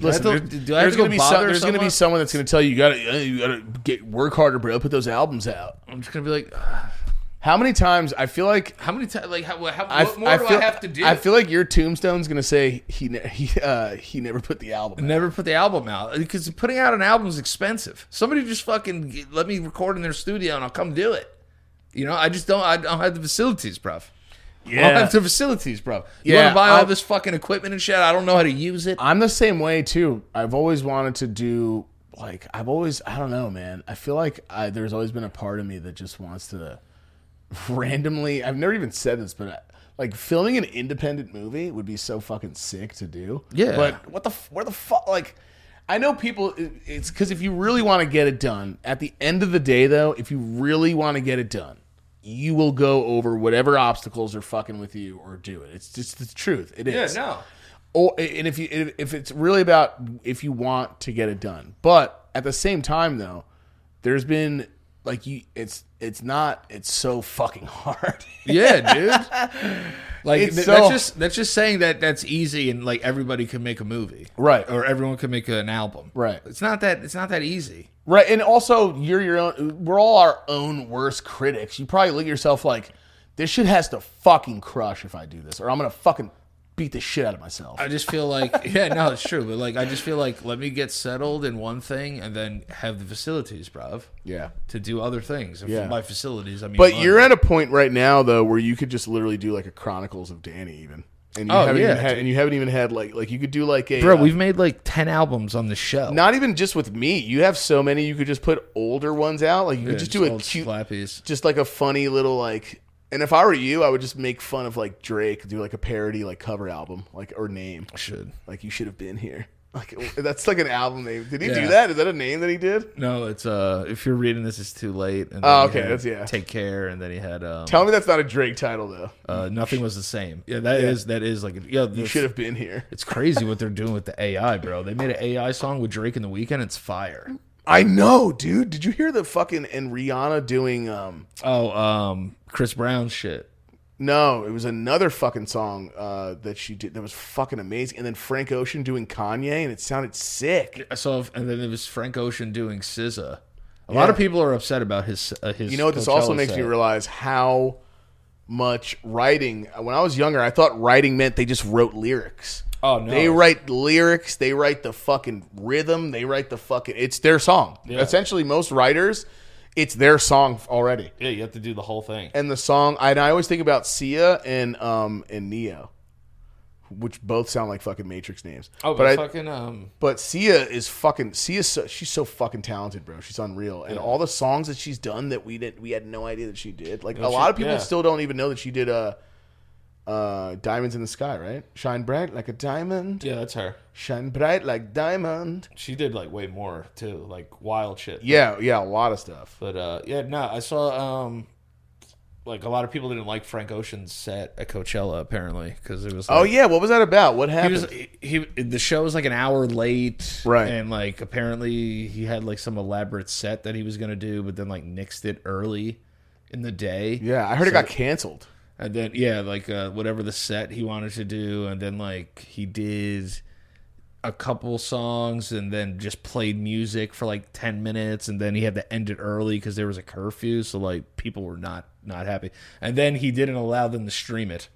S5: listen.
S6: I have to-
S5: there's
S6: do I have
S5: there's
S6: to go
S5: gonna be some,
S6: bother
S5: there's gonna
S6: someone?
S5: be someone that's gonna tell you you gotta uh, you gotta get work harder, bro. Put those albums out.
S6: I'm just gonna be like, "Ugh,
S5: How many times I feel like
S6: how many times? Like, how, how,
S5: I,
S6: what more
S5: I
S6: do
S5: feel,
S6: I have to do?
S5: I feel like your tombstone's gonna say he ne- he uh, he never put the album. out.
S6: never put the album out because putting out an album is expensive. Somebody just fucking g- let me record in their studio and I'll come do it. You know, I just don't. I don't have the facilities, bruv. I don't have the facilities, bruv. You
S5: Yeah,
S6: want to buy all
S5: I'm-
S6: this fucking equipment and shit? I don't know how to use it.
S5: I'm the same way too. I've always wanted to do like I've always I don't know, man. I feel like I, there's always been a part of me that just wants to randomly. I've never even said this, but I, like filming an independent movie would be so fucking sick to do.
S6: Yeah.
S5: but what the f- where the fuck like. I know people. it- It's because if you really want to get it done, at the end of the day, though, if you really want to get it done, you will go over whatever obstacles are fucking with you or do it. It's just the truth. It is or and if you if if it's really about if you want to get it done but at the same time though there's been like you it's it's not it's so fucking hard
S6: Yeah, dude. Like
S5: It's
S6: th-
S5: so-
S6: that's just that's just saying that that's easy and like everybody can make a movie,
S5: Right.
S6: Or everyone can make an album,
S5: Right.
S6: It's not that it's not that easy.
S5: right and also you're your own we're all our own worst critics you probably look at yourself like this shit has to fucking crush if i do this or i'm gonna fucking beat the shit out of myself.
S6: I just feel like, yeah, no, it's true. But like, I just feel like, let me get settled in one thing and then have the facilities, bruv,
S5: yeah.
S6: to do other things. And
S5: Yeah.
S6: By facilities, I mean.
S5: But
S6: money.
S5: you're at a point right now though where you could just literally do like a Chronicles of Danny even. And you
S6: Oh,
S5: haven't
S6: yeah,
S5: even had, and you haven't even had like like you could do like a
S6: Bro,
S5: uh,
S6: we've made like 10 albums on the show.
S5: not even just with me. You have so many you could just put older ones out. Like you could just do a cute
S6: Slappies.
S5: just like a funny little like and if I were you, I would just make fun of like Drake, do like a parody like cover album, like or name.
S6: Should.
S5: Like you should have been here. Like that's like an album name. Did he
S6: Yeah.
S5: do that? Is that a name that he did?
S6: No, it's, uh, if you're reading this, it's too late. And
S5: Oh,
S6: then he
S5: okay,
S6: had
S5: that's- yeah.
S6: Take care. And then he had, um,
S5: Tell me that's not a Drake title though.
S6: uh, nothing was the same. Yeah, that is that is like, yeah,
S5: You should have been here.
S6: It's crazy what they're doing with the AI, bro. They made an AI song with Drake in the weekend. It's fire.
S5: I know, dude. Did you hear the fucking and Rihanna doing um
S6: Oh, um, Chris Brown shit.
S5: no, it was another fucking song uh that she did that was fucking amazing and then Frank Ocean doing Kanye and it sounded sick.
S6: I saw, and then it was Frank Ocean doing SZA. A lot of people are upset about his uh, his.
S5: You know what this also makes me realize how much writing when I was younger I thought writing meant they just wrote lyrics.
S6: Oh, no.
S5: They write lyrics, they write the fucking rhythm, they write the fucking it's their song. Essentially most writers it's their song already.
S6: Yeah, you have to do the whole thing.
S5: and the song and I always think about Sia and um and Neo, which both sound like fucking Matrix names.
S6: Oh,
S5: but
S6: but,
S5: I,
S6: fucking um,
S5: but Sia is fucking Sia's so, she's so fucking talented, bro. She's unreal, and all the songs that she's done that we didn't we had no idea that she did. Like a lot of people
S6: yeah.
S5: still don't even know that she did uh uh Diamonds in the Sky, right? Shine bright like a diamond,
S6: yeah, that's her.
S5: shine bright like diamond.
S6: She did like way more too, like wild shit.
S5: Yeah, yeah, a lot of stuff.
S6: But uh, yeah, no, I saw um, like a lot of people didn't like Frank Ocean's set at Coachella apparently because it was. Like,
S5: Oh yeah, what was that about? What
S6: he
S5: happened?
S6: was he, he the show was like an hour late
S5: Right.
S6: and like apparently he had like some elaborate set that he was gonna do but then like nixed it early in the day
S5: yeah, I heard it got canceled.
S6: and then yeah like uh, whatever the set he wanted to do and then like he did a couple songs and then just played music for like 10 minutes and then he had to end it early because there was a curfew so like people were not not happy and then he didn't allow them to stream it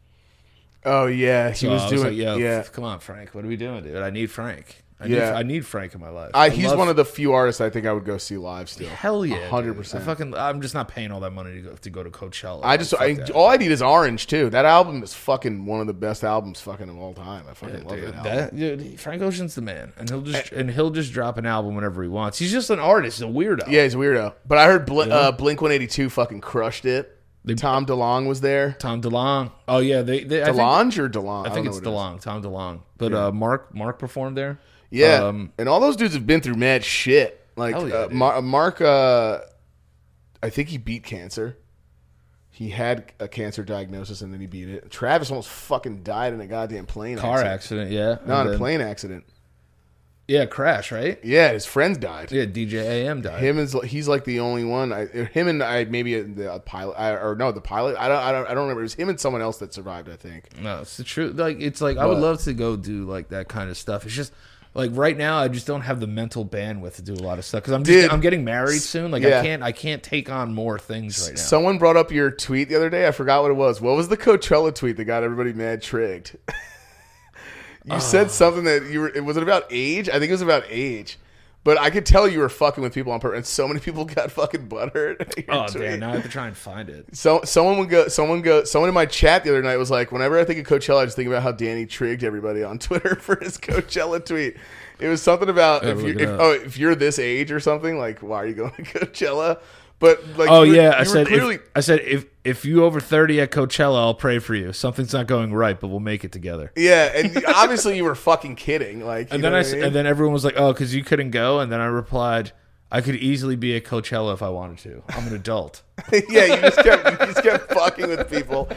S5: Oh yeah, he
S6: so
S5: was
S6: Uh, I
S5: doing
S6: like, Yo,
S5: yeah.
S6: f- come on, Frank. What are we doing, dude? I need Frank. I
S5: Yeah.
S6: need, I need Frank in my life.
S5: I, he's
S6: love-
S5: one of the few artists I think I would go see live still.
S6: hell yeah,
S5: hundred
S6: dude. I
S5: percent.
S6: Fucking, I'm just not paying all that money to go to go to Coachella.
S5: I just I, all I need is Orange too. That album is fucking one of the best albums fucking of all time. I fucking love
S6: Dude,
S5: that album.
S6: that, dude, Frank Ocean's the man, and he'll just and he'll just drop an album whenever he wants. He's just an artist, a weirdo.
S5: Yeah, he's a weirdo. But I heard Bl- uh, Blink One Eighty Two fucking crushed it. Tom DeLonge was there.
S6: Tom DeLonge. Oh yeah, they, they I think,
S5: DeLonge or DeLonge?
S6: I think it's DeLonge. Tom DeLonge. But uh, Mark Mark performed there.
S5: Yeah,
S6: Um,
S5: and all those dudes have been through mad shit. Like
S6: Hell yeah,
S5: uh,
S6: dude.
S5: Mar- Mark, uh, I think he beat cancer. He had a cancer diagnosis and then he beat it. Travis almost fucking died in a goddamn plane
S6: car
S5: accident.
S6: accident. Yeah,
S5: No,
S6: And
S5: in a
S6: then-
S5: plane accident.
S6: Yeah, crash. Right.
S5: Yeah, his friends died.
S6: Yeah, DJ AM died.
S5: Him is he's like the only one. I, him and I maybe the pilot I, or no the pilot. I don't I don't I don't remember. It was him and someone else that survived. I think.
S6: No, it's the truth. Like it's like I would love to go do like that kind of stuff. It's just like right now I just don't have the mental bandwidth to do a lot of stuff because I'm just,
S5: Dude.
S6: I'm getting married soon. Like
S5: Yeah.
S6: I can't I can't take on more things right now.
S5: Someone brought up your tweet the other day. I forgot what it was. What was the Coachella tweet that got everybody mad trigged? you said something that you were. It was it about age. I think it was about age. But I could tell you were fucking with people on purpose, and so many people got fucking butthurt. at your
S6: oh
S5: tweet.
S6: damn! Now I have to try and find it.
S5: So someone would go. Someone go. Someone in my chat the other night was like, "Whenever I think of Coachella, I just think about how Danny trigged everybody on Twitter for his Coachella tweet." It was something about if
S6: look
S5: you
S6: it
S5: if,
S6: up.
S5: oh if you're this age or something like why are you going to Coachella? But like
S6: Oh
S5: you were-
S6: yeah,
S5: you
S6: I
S5: were
S6: said
S5: clearly
S6: if, I said if if you over thirty at Coachella, I'll pray for you. Something's not going right, but we'll make it together.
S5: yeah, and obviously you were fucking kidding. Like
S6: And then I, s- and then everyone was like, "Oh, because you couldn't go." And then I replied, "I could easily be at Coachella if I wanted to. I'm an adult."
S5: yeah, you just kept you just kept fucking with people.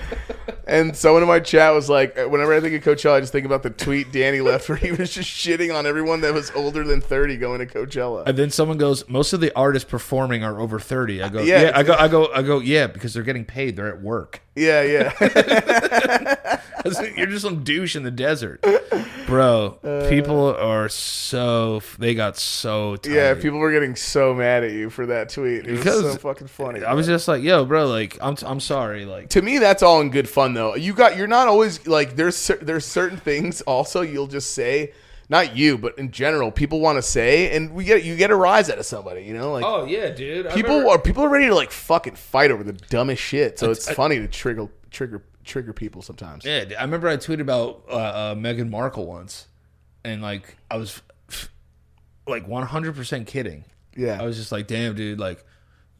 S5: And someone in my chat was like, uh, whenever I think of Coachella, I just think about the tweet Danny left where he was just shitting on everyone that was older than thirty going to Coachella.
S6: And then someone goes, "Most of the artists performing are over 30. I go,
S5: Uh, Yeah,
S6: "Yeah." I go, "I go, I go, yeah," because they're getting paid. They're at work.
S5: Yeah, yeah.
S6: You're just some douche in the desert, bro. people are so they got so tired.
S5: Yeah, people were getting so mad at you for that tweet. It
S6: Because
S5: was so fucking funny.
S6: I was just like, yo, bro, like, I'm, I'm sorry. Like,
S5: to me that's all in good fun though you got you're not always like there's cer- there's certain things also you'll just say not you but in general people want to say and we get you get a rise out of somebody you know like
S6: oh, yeah, dude.
S5: people are people are ready to like fucking fight over the dumbest shit so it's funny to trigger trigger trigger people sometimes
S6: Yeah, I remember I tweeted about uh, uh, Meghan Markle once, and like I was like 100% kidding.
S5: Yeah.
S6: I was just like, damn, dude, like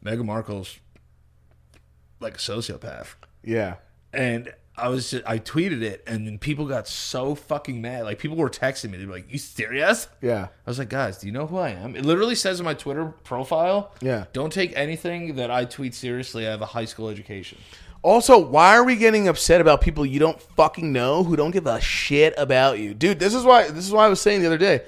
S6: Meghan Markle's like a sociopath.
S5: yeah
S6: And I was just, I tweeted it, and then people got so fucking mad. Like people were texting me, they were like, you serious?
S5: yeah
S6: I was like, guys, do you know who I am? It literally says in my Twitter profile,
S5: Yeah.
S6: don't take anything that I tweet seriously. I have a high school education.
S5: Also, why are we getting upset about people you don't fucking know who don't give a shit about you, dude? This is why. This is why I was saying the other day.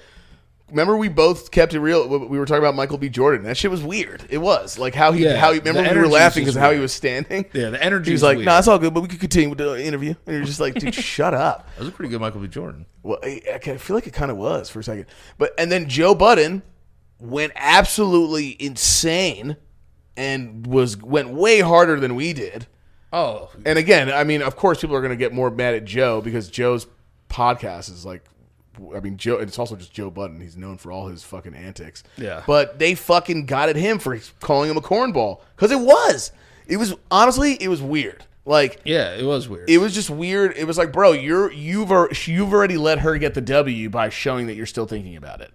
S5: Remember, we both kept it real. We were talking about Michael B. Jordan. That shit was weird. It was like how he,
S6: Yeah,
S5: how he. Remember,
S6: the
S5: we were
S6: energy
S5: laughing
S6: was just
S5: because how he
S6: weird.
S5: was standing.
S6: Yeah, the energy
S5: he was
S6: is
S5: like,
S6: weird.
S5: "No, it's all good, but we could continue with the interview." And you're just like, "Dude, shut up."
S6: That was a pretty good Michael B. Jordan.
S5: Well, I, I kinda feel like it kind of was for a second, but and then Joe Budden went absolutely insane and was went way harder than we did.
S6: Oh,
S5: And again, I mean, of course, people are going to get more mad at Joe because Joe's podcast is like, I mean, Joe. It's also just Joe Button. He's known for all his fucking antics.
S6: Yeah.
S5: But they fucking got at him for calling him a cornball because it was. It was honestly, it was weird. Like.
S6: yeah, it was weird.
S5: It was just weird. It was like, bro, you're you've al- you've already let her get the W by showing that you're still thinking about it.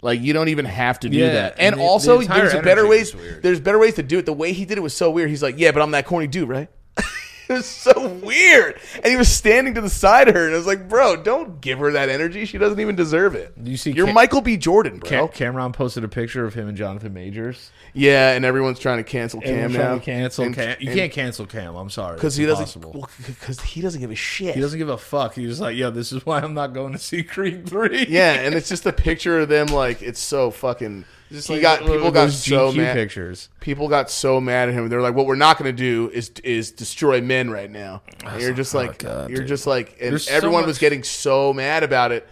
S5: Like you don't even have to do
S6: Yeah,
S5: that.
S6: and
S5: And
S6: the- the
S5: also,
S6: entire
S5: there's a
S6: energy
S5: better
S6: was
S5: ways.
S6: weird.
S5: There's better ways to do it. The way he did it was so weird. He's like, yeah, but I'm that corny dude, right? it was so weird. And he was standing to the side of her, and I was like, bro, don't give her that energy. She doesn't even deserve it.
S6: You see
S5: you're
S6: Ca-
S5: Michael B. Jordan, bro.
S6: Cam- Cameron posted a picture of him and Jonathan Majors.
S5: yeah, and everyone's trying to cancel Cam
S6: Everyone's
S5: now.
S6: trying to cancel
S5: And-
S6: Cam. You
S5: and-
S6: can't cancel Cam. I'm sorry.
S5: because
S6: It's
S5: he doesn't.
S6: impossible.
S5: Because he doesn't give a shit.
S6: He doesn't give a fuck. He was like, "Yo, this is why I'm not going to see Creed 3.
S5: Yeah, and it's just a picture of them like it's so fucking.
S6: Just
S5: he
S6: like
S5: got
S6: one of
S5: people got
S6: those
S5: so
S6: GQ
S5: mad.
S6: pictures.
S5: People got so mad at him. They're like, "What we're not going to do is is destroy men right now." And you're just like,
S6: God,
S5: you're
S6: dude.
S5: just like, and
S6: There's so
S5: everyone was
S6: much-
S5: getting so mad about it.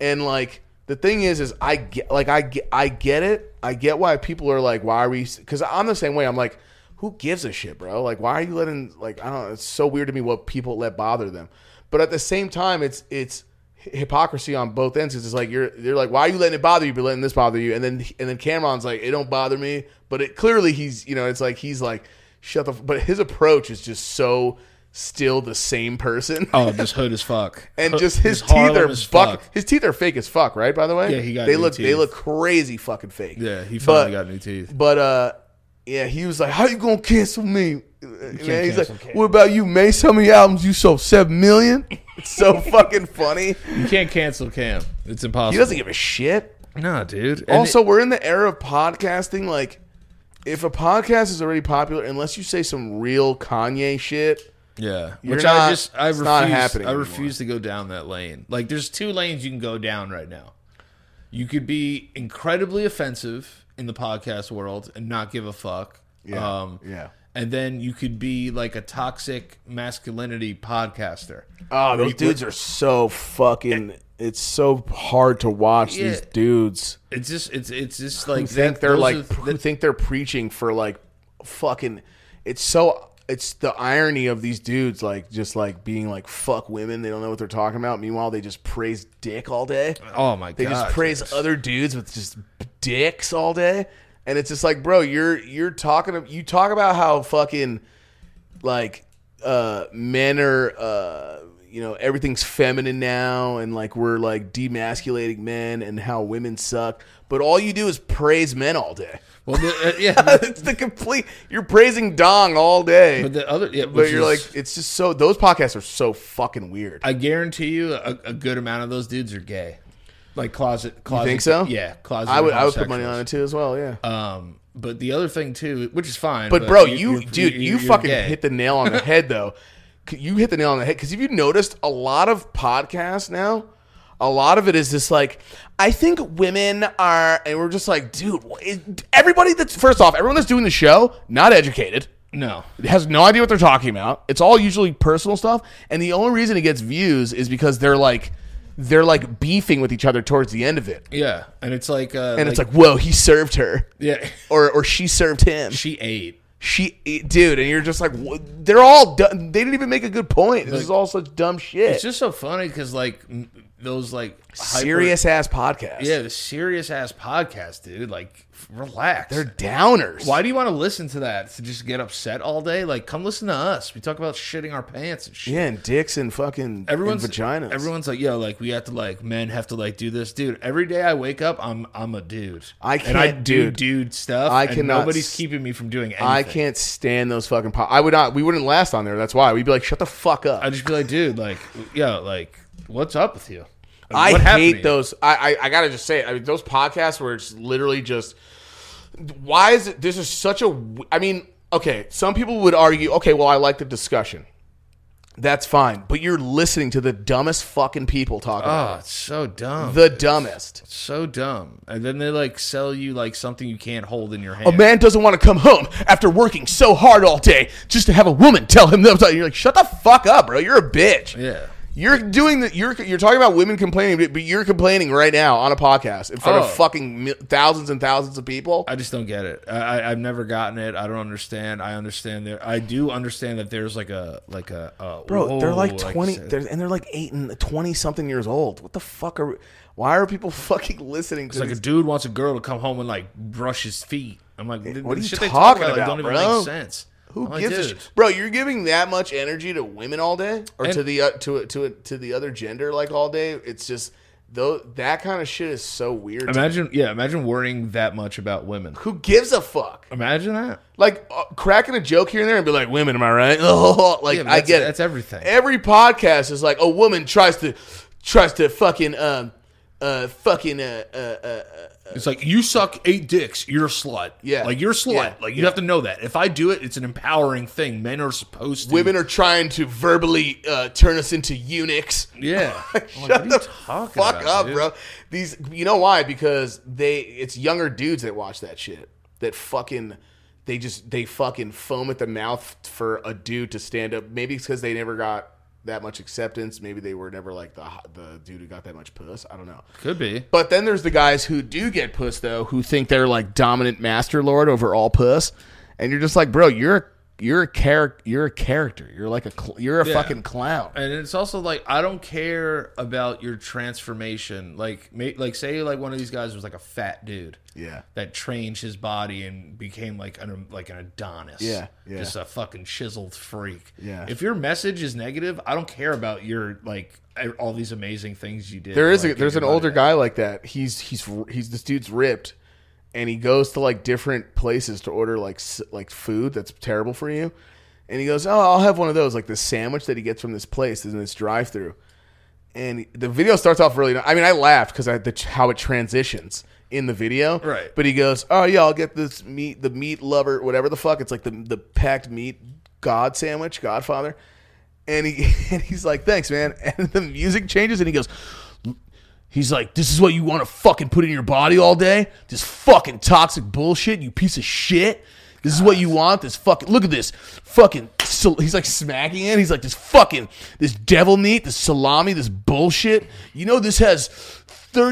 S5: And like the thing is, is I get like I get I get it. I get why people are like, "Why are we?" Because I'm the same way. I'm like, "Who gives a shit, bro?" Like, why are you letting like I don't. know. It's so weird to me what people let bother them. But at the same time, it's it's hypocrisy on both ends. 'cause It's like you're they're like, why are you letting it bother you? But letting this bother you, and then and then Cameron's like, it don't bother me. But it clearly he's you know it's like he's like shut the. f-" But his approach is just so still the same person.
S6: Oh, just hood as fuck.
S5: And
S6: Ho-
S5: just his teeth
S6: Harlem
S5: are
S6: as
S5: fuck. His teeth are fake as fuck, right? By the way,
S6: Yeah, he got
S5: They
S6: new
S5: look they
S6: teeth.
S5: look crazy fucking fake.
S6: Yeah, he finally
S5: But-
S6: got new teeth.
S5: But uh, yeah, he was like, "How you gonna cancel me?" And he's like,
S6: cancel Cam.
S5: "What about you, Mace? How many albums you sold? Seven million? It's so fucking funny.
S6: You can't cancel Cam. It's impossible.
S5: He doesn't give a shit.
S6: Nah, dude. And
S5: also, we're in the era of podcasting. Like, if a podcast is already popular, unless you say some real Kanye shit,
S6: Yeah,
S5: You're
S6: which
S5: not-
S6: I just I
S5: it's
S6: refuse.
S5: not happening
S6: I refuse to go down that lane. Like, there's two lanes you can go down right now. You could be incredibly offensive in the podcast world and not give a fuck. Um,
S5: Yeah, yeah.
S6: And then you could be like a toxic masculinity podcaster.
S5: oh, those dudes are so fucking. It's so hard to watch
S6: Yeah.
S5: these dudes.
S6: It's just it's it's just like
S5: who think
S6: that-
S5: they're
S6: those
S5: like
S6: are
S5: pr-
S6: th-
S5: who think they're preaching for like fucking it's so it's the irony of these dudes like just like being like fuck women they don't know what they're talking about meanwhile they just praise dick all day
S6: oh my
S5: they
S6: god!
S5: just praise
S6: dude.
S5: other dudes with just dicks all day and it's just like bro you're you're talking you talk about how fucking like uh men are uh you know everything's feminine now and like we're like demasculating men and how women suck but all you do is praise men all day
S6: Well, the, uh, yeah,
S5: it's the complete you're praising dong all day
S6: but
S5: but,
S6: the other yeah,
S5: you're like it's just so those podcasts are so fucking weird
S6: I guarantee you, a, a good amount of those dudes are gay. Like closet, closet.
S5: think so?
S6: Yeah, closet.
S5: I would I would put money on it too as well yeah
S6: Um, but the other thing too, which is fine.
S5: But bro,
S6: you're-
S5: you
S6: you're-
S5: dude,
S6: you're-
S5: you
S6: you're
S5: fucking
S6: gay.
S5: hit the nail on the head though. C- You hit the nail on the head because if you noticed, a lot of podcasts now, a lot of it is just like, I think women are, and we're just like, dude, wh- it- everybody that's first off, everyone that's doing the show, not educated,
S6: no.
S5: has no idea what they're talking about. It's all usually personal stuff, and the only reason it gets views is because they're like, they're like beefing with each other towards the end of it,
S6: Yeah, and it's like, uh,
S5: and it's like, whoa, he served her,
S6: yeah,
S5: or or she served him.
S6: she ate.
S5: She, eh, dude, and you're just like, what? they're all done. They didn't even make a good point. This is all such dumb shit.
S6: It's just so funny because like m- those like hyper-
S5: Serious ass podcast.
S6: yeah, the serious ass podcast, dude. Like, f- relax.
S5: they're downers.
S6: Why do you want to listen to that to just get upset all day? Like, come listen to us. We talk about shitting our pants and shit.
S5: Yeah, and dicks and fucking
S6: Everyone's
S5: and vaginas.
S6: Everyone's like, yo, like we have to like men have to like do this, dude. Every day I wake up, I'm I'm a dude.
S5: I
S6: and I
S5: can't-
S6: do
S5: dude.
S6: dude stuff.
S5: I
S6: and
S5: cannot
S6: Nobody's
S5: s-
S6: keeping me from doing anything.
S5: I can't stand those fucking. Po- I would not. We wouldn't last on there. That's why we'd be like, shut the fuck up.
S6: I just be like, dude, like, yo, like, what's up with you?
S5: I
S6: What happened to
S5: hate
S6: you?
S5: those. I, I I gotta just say, it. I mean, those podcasts where it's literally just. Why is it? This is such a. w- I mean, okay. Some people would argue. Okay, well, I like the discussion. That's fine, but you're listening to the dumbest fucking people talking. about
S6: Oh, it's so dumb.
S5: it. the dumbest.
S6: so dumb. And then they like sell you like something you can't hold in your hand.
S5: A man doesn't want to come home after working so hard all day just to have a woman tell him that. You're like, shut the fuck up, bro. You're a bitch.
S6: Yeah.
S5: You're doing the you're you're talking about women complaining, but- but you're complaining right now on a podcast in front
S6: Oh.
S5: of fucking mil- thousands and thousands of people.
S6: I just don't get it. I, I I've never gotten it. I don't understand. I understand there. I do understand that there's like a like a, a
S5: Bro,
S6: whoa,
S5: they're like twenty,
S6: so-
S5: they're, and they're like eight and twenty something years old. What the fuck are? Why are people fucking listening to?
S6: It's like a
S5: these-
S6: dude wants a girl to come home and like brush his feet. I'm like, the-
S5: what
S6: the
S5: are you
S6: shit they
S5: talking
S6: like,
S5: about,
S6: don't even
S5: bro?
S6: make sense.
S5: who
S6: I'm like,
S5: gives a
S6: dude,
S5: shit? Bro, you're giving that much energy to women all day, or to
S6: And-
S5: the uh, to to to the other gender like all day. It's just though that kind of shit is so weird. to me.
S6: Imagine, yeah, imagine worrying that much about women.
S5: who gives a fuck?
S6: Imagine that.
S5: like uh, cracking a joke here and there and be like, "Women, am I right?" like
S6: Yeah, but
S5: I
S6: that's-
S5: get it.
S6: that's everything.
S5: Every podcast is like a woman tries to tries to fucking um uh fucking uh, uh, uh
S6: It's like you suck eight dicks, you're a slut.
S5: Yeah.
S6: like you're a slut.
S5: Yeah.
S6: Like you have to know that. If I do it, it's an empowering thing. Men are supposed to.
S5: women are trying to verbally uh, turn us into eunuchs.
S6: Yeah. I'm like, what are
S5: Shut
S6: you
S5: the
S6: talking
S5: fuck
S6: about,
S5: up,
S6: dude?
S5: bro. These you know why? Because they it's younger dudes that watch that shit. That fucking they just they fucking foam at the mouth for a dude to stand up. Maybe it's because they never got that much acceptance. Maybe they were never like the the dude who got that much puss. I don't know.
S6: Could be.
S5: But then there's the guys who do get puss though, who think they're like dominant master lord over all puss, and you're just like, bro, you're you're a character, you're a character, you're like a cl- you're a fucking clown.
S6: And it's also like I don't care about your transformation. Like, ma- like say like one of these guys was like a fat dude.
S5: Yeah.
S6: That changed his body and became like an like an Adonis.
S5: Yeah, yeah.
S6: Just a fucking chiseled freak.
S5: Yeah.
S6: If your message is negative, I don't care about your like e, all these amazing things you did.
S5: There is
S6: like,
S5: a,
S6: in
S5: there's
S6: your
S5: an older
S6: body.
S5: guy like that. He's he's he's this dude's ripped, and he goes to like different places to order like s- like food that's terrible for you, and he goes, oh, I'll have one of those like this sandwich that he gets from this place in this drive through, and the video starts off really. I mean, I laughed because I the how it transitions in the video,
S6: Right.
S5: But he goes, oh yeah, I'll get this meat, the meat lover, whatever the fuck. It's like the the packed meat god sandwich, Godfather. And he and he's like, thanks, man. And the music changes, and he goes, He's like, this is what you want to fucking put in your body all day? This fucking toxic bullshit, you piece of shit. This is what you want? This fucking, look at this. Fucking, sal- he's like smacking it. He's like, this fucking, this devil meat, this salami, this bullshit. You know, this has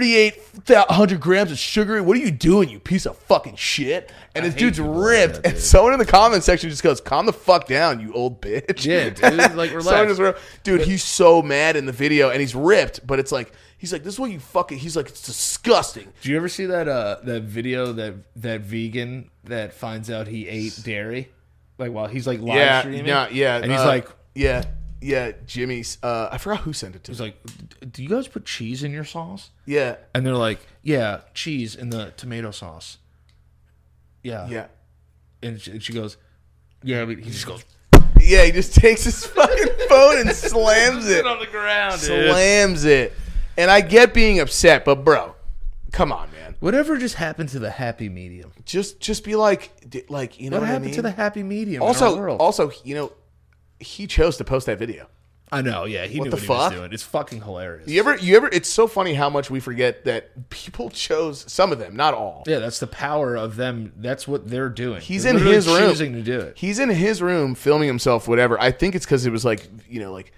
S5: 3,800 grams of sugar. What are you doing, you piece of fucking shit? And this dude's
S6: people like
S5: ripped.
S6: that,
S5: and someone in the comment section just goes, calm the fuck down, you old bitch.
S6: Yeah, dude, like,
S5: Someone
S6: relax.
S5: just wrote- dude, he's so mad in the video and he's ripped, but it's like he's like, This is what you fucking he's like, it's disgusting.
S6: Do you ever see that uh that video that that vegan that finds out he ate dairy, like while he's like live streaming? and
S5: uh,
S6: he's like,
S5: Yeah, yeah, Jimmy's uh I forgot who sent it to
S6: he's
S5: me.
S6: like, do you guys put cheese in your sauce?
S5: Yeah,
S6: And they're like, yeah, cheese in the tomato sauce. Yeah,
S5: yeah.
S6: And she, and she goes, yeah. But he just goes
S5: Yeah, he just takes his fucking phone and slams it.
S6: on the ground,
S5: Slams it. And I get being upset, but bro, come on, man.
S6: Whatever just happened to the happy medium?
S5: Just just be like d- like, you know
S6: What,
S5: what,
S6: happened
S5: I mean?
S6: to the happy medium? in our
S5: also
S6: world?
S5: also, you know, he chose to post that video.
S6: I know. Yeah, he knew
S5: the
S6: what
S5: fuck?
S6: he was doing. It's fucking hilarious.
S5: You ever, you ever, it's so funny how much we forget that people chose some of them, not all.
S6: Yeah, that's the power of them. That's what they're doing.
S5: He's
S6: They're
S5: in
S6: literally
S5: his room.
S6: choosing to do it.
S5: He's in his room filming himself, whatever. I think it's because it was like, you know, like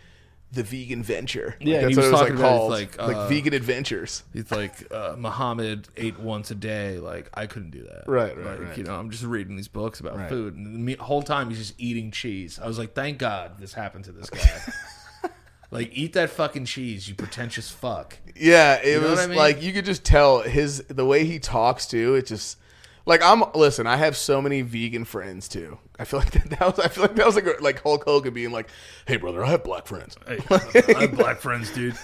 S5: the vegan venture. Like,
S6: Yeah,
S5: that's
S6: he
S5: what
S6: was
S5: it was
S6: talking
S5: like
S6: about it,
S5: called,
S6: like,
S5: like,
S6: uh,
S5: vegan adventures.
S6: It's like uh, Muhammad ate once a day. Like I couldn't do that.
S8: Right, right,
S6: Like,
S8: right.
S6: You know, I'm just reading these books about food, and the me- whole time he's just eating cheese. I was like, thank God this happened to this guy. like, eat that fucking cheese, you pretentious fuck.
S5: Yeah, it
S6: know
S5: was
S6: what I mean?
S5: like you could just tell his the way he talks too. It just like I'm listen. I have so many vegan friends too. I feel like that, that was I feel like that was like like Hulk Hogan being like, "Hey brother, I have black friends,"
S6: Hey, I have black friends, dude.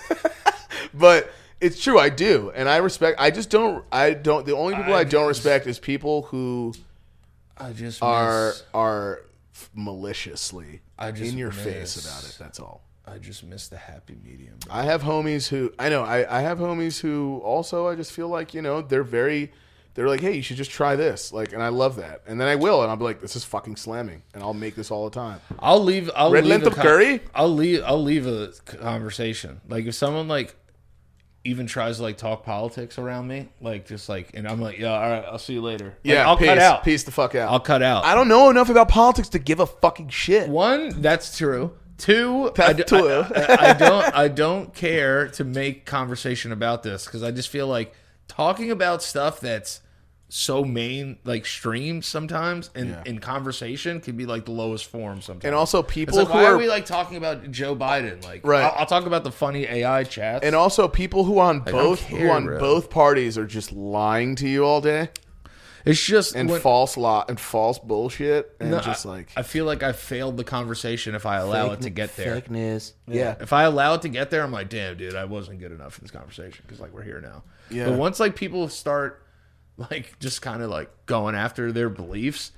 S5: but it's true. I do, and I respect. I just don't. I don't. The only people I,
S6: I
S5: don't respect is people who
S6: I just
S5: are
S6: miss,
S5: are maliciously
S6: I just
S5: in your
S6: miss-
S5: face about it. That's all.
S6: I just miss the happy medium. bro.
S5: I have homies who I know. I, I have homies who also I just feel like you know they're very they're like hey you should just try this like and I love that and then I will and I'll be like this is fucking slamming and I'll make this all the time.
S6: I'll leave. I'll
S5: Red
S6: leave
S5: length
S6: a
S5: of curry?
S6: I'll leave. I'll leave a conversation. Like if someone like even tries to like talk politics around me, like just like, and I'm like, yeah, all right, I'll see you later. Like,
S5: Yeah,
S6: I'll
S5: peace,
S6: cut out.
S5: peace the fuck out.
S6: I'll cut out.
S5: I don't know enough about politics to give a fucking shit.
S6: One, that's true. Two,
S5: That's
S6: I, d-
S5: true.
S6: I- I- I don't. I don't care to make conversation about this because I just feel like talking about stuff that's so main, like stream sometimes, and in conversation can be like the lowest form sometimes.
S5: And also
S6: It's
S5: people
S6: like,
S5: who
S6: why are,
S5: are,
S6: we like talking about Joe Biden? Like,
S5: Right.
S6: I'll, I'll talk about the funny AI chats.
S5: and also people who on
S6: don't
S5: both who
S6: care,
S5: on
S6: bro.
S5: both parties are just lying to you all day
S6: it's just
S5: and
S6: when-
S5: false lot and false bullshit and
S6: no,
S5: just
S6: I-
S5: like
S6: I feel like I failed the conversation if I allow it to get there.
S5: yeah.
S6: If I allow it to get there, I'm like, damn, dude, I wasn't good enough in this conversation because like we're here now.
S5: Yeah.
S6: But once like people start like just kind of like going after their beliefs.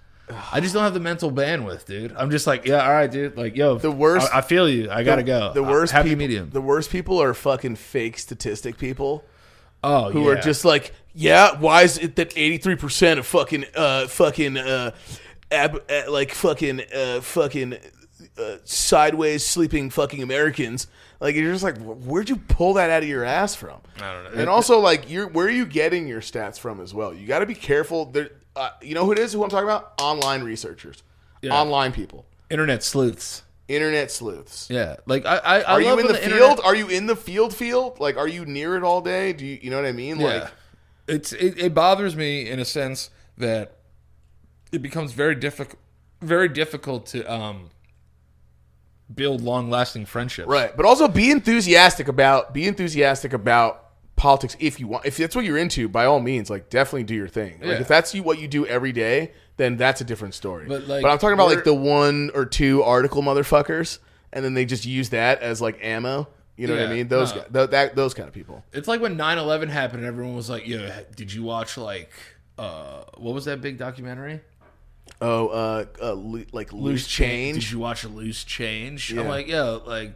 S6: I just don't have the mental bandwidth, dude. I'm just like, yeah, all right, dude. Like, yo, the
S5: worst-
S6: I, I feel you. I gotta go.
S5: The worst
S6: Uh, happy
S5: people,
S6: medium.
S5: The worst people are fucking fake statistic people.
S6: oh,
S5: who are just like, yeah, why is it that eighty three percent of fucking uh fucking uh, ab- uh like fucking uh fucking uh, sideways sleeping fucking Americans like you're just like "Wh- where'd you pull that out of your ass from? I don't know. And also like you're where are you getting your stats from as well? You got to be careful. There, uh, you know who it is? Who I'm talking about? Online researchers, online people,
S6: internet sleuths.
S5: internet sleuths.
S6: Yeah, like I, I, I
S5: Are
S6: love
S5: you in
S6: when
S5: the, field?
S6: internet-
S5: Are you in the field? Field? Like, are you near it all day? Do you, you know what I mean?
S6: yeah,
S5: Like,
S6: it's it, it bothers me in a sense that it becomes very difficult, very difficult to um build long lasting friendships.
S5: Right, but also be enthusiastic about be enthusiastic about politics if you want. If that's what you're into, by all means, like definitely do your thing.
S6: Yeah.
S5: Like if that's you what you do every day, then that's a different story.
S6: But, like,
S5: I'm talking about like
S6: we're-
S5: the one or two article motherfuckers, and then they just use that as like ammo. You know what I
S6: Yeah,
S5: mean? Those
S6: no.
S5: guy- tho- that those kind of people.
S6: It's like when 9-11 happened and everyone was like, "Yo, did you watch like uh what was that big documentary?
S5: Oh, uh, uh lo- like loose, change.
S6: Did you watch Loose Change?" I'm
S5: Yeah.
S6: like, "Yo, like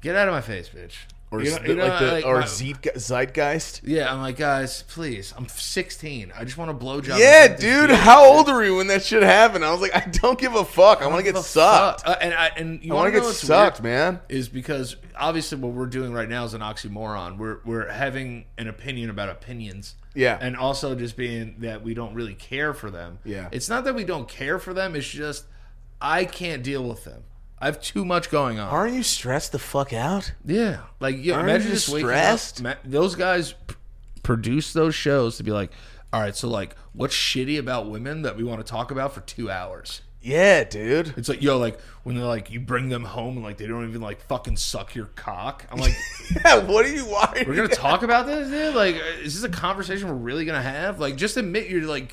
S6: get out of my face, bitch."
S5: or
S6: You
S5: z-
S6: know- you know,
S5: like the
S6: like,
S5: or
S6: my-
S5: Zeitge- zeitgeist.
S6: Yeah, I'm like, guys, please. I'm 16. I just want a blowjob.
S5: Yeah,
S6: and drink this
S5: dude,
S6: beer."
S5: how old were you when that shit happened? I was like, I don't give a fuck. I, want to
S6: The
S5: get sucked.
S6: fuck? Uh, and I and you
S5: I want to
S6: know
S5: get
S6: what's
S5: sucked,
S6: weird?
S5: man.
S6: Is because obviously what we're doing right now is an oxymoron. We're we're having an opinion about opinions.
S5: Yeah.
S6: And also just being that we don't really care for them.
S5: Yeah.
S6: It's not that we don't care for them, it's just I can't deal with them. I have too much going on.
S5: Aren't you stressed the fuck out?
S6: Yeah, like yeah,
S5: Aren't
S6: imagine
S5: you
S6: just waking
S5: stressed?
S6: up. Ma- those guys p- produce those shows to be like, all right, so like, what's shitty about women that we want to talk about for two hours?
S5: Yeah, dude.
S6: It's like, yo, like when they're like, you bring them home and like they don't even like fucking suck your cock. I'm like,
S5: Yeah, what are you watching?
S6: we're gonna talk about this, dude. Like, uh, is this a conversation we're really gonna have? Like, just admit you're like,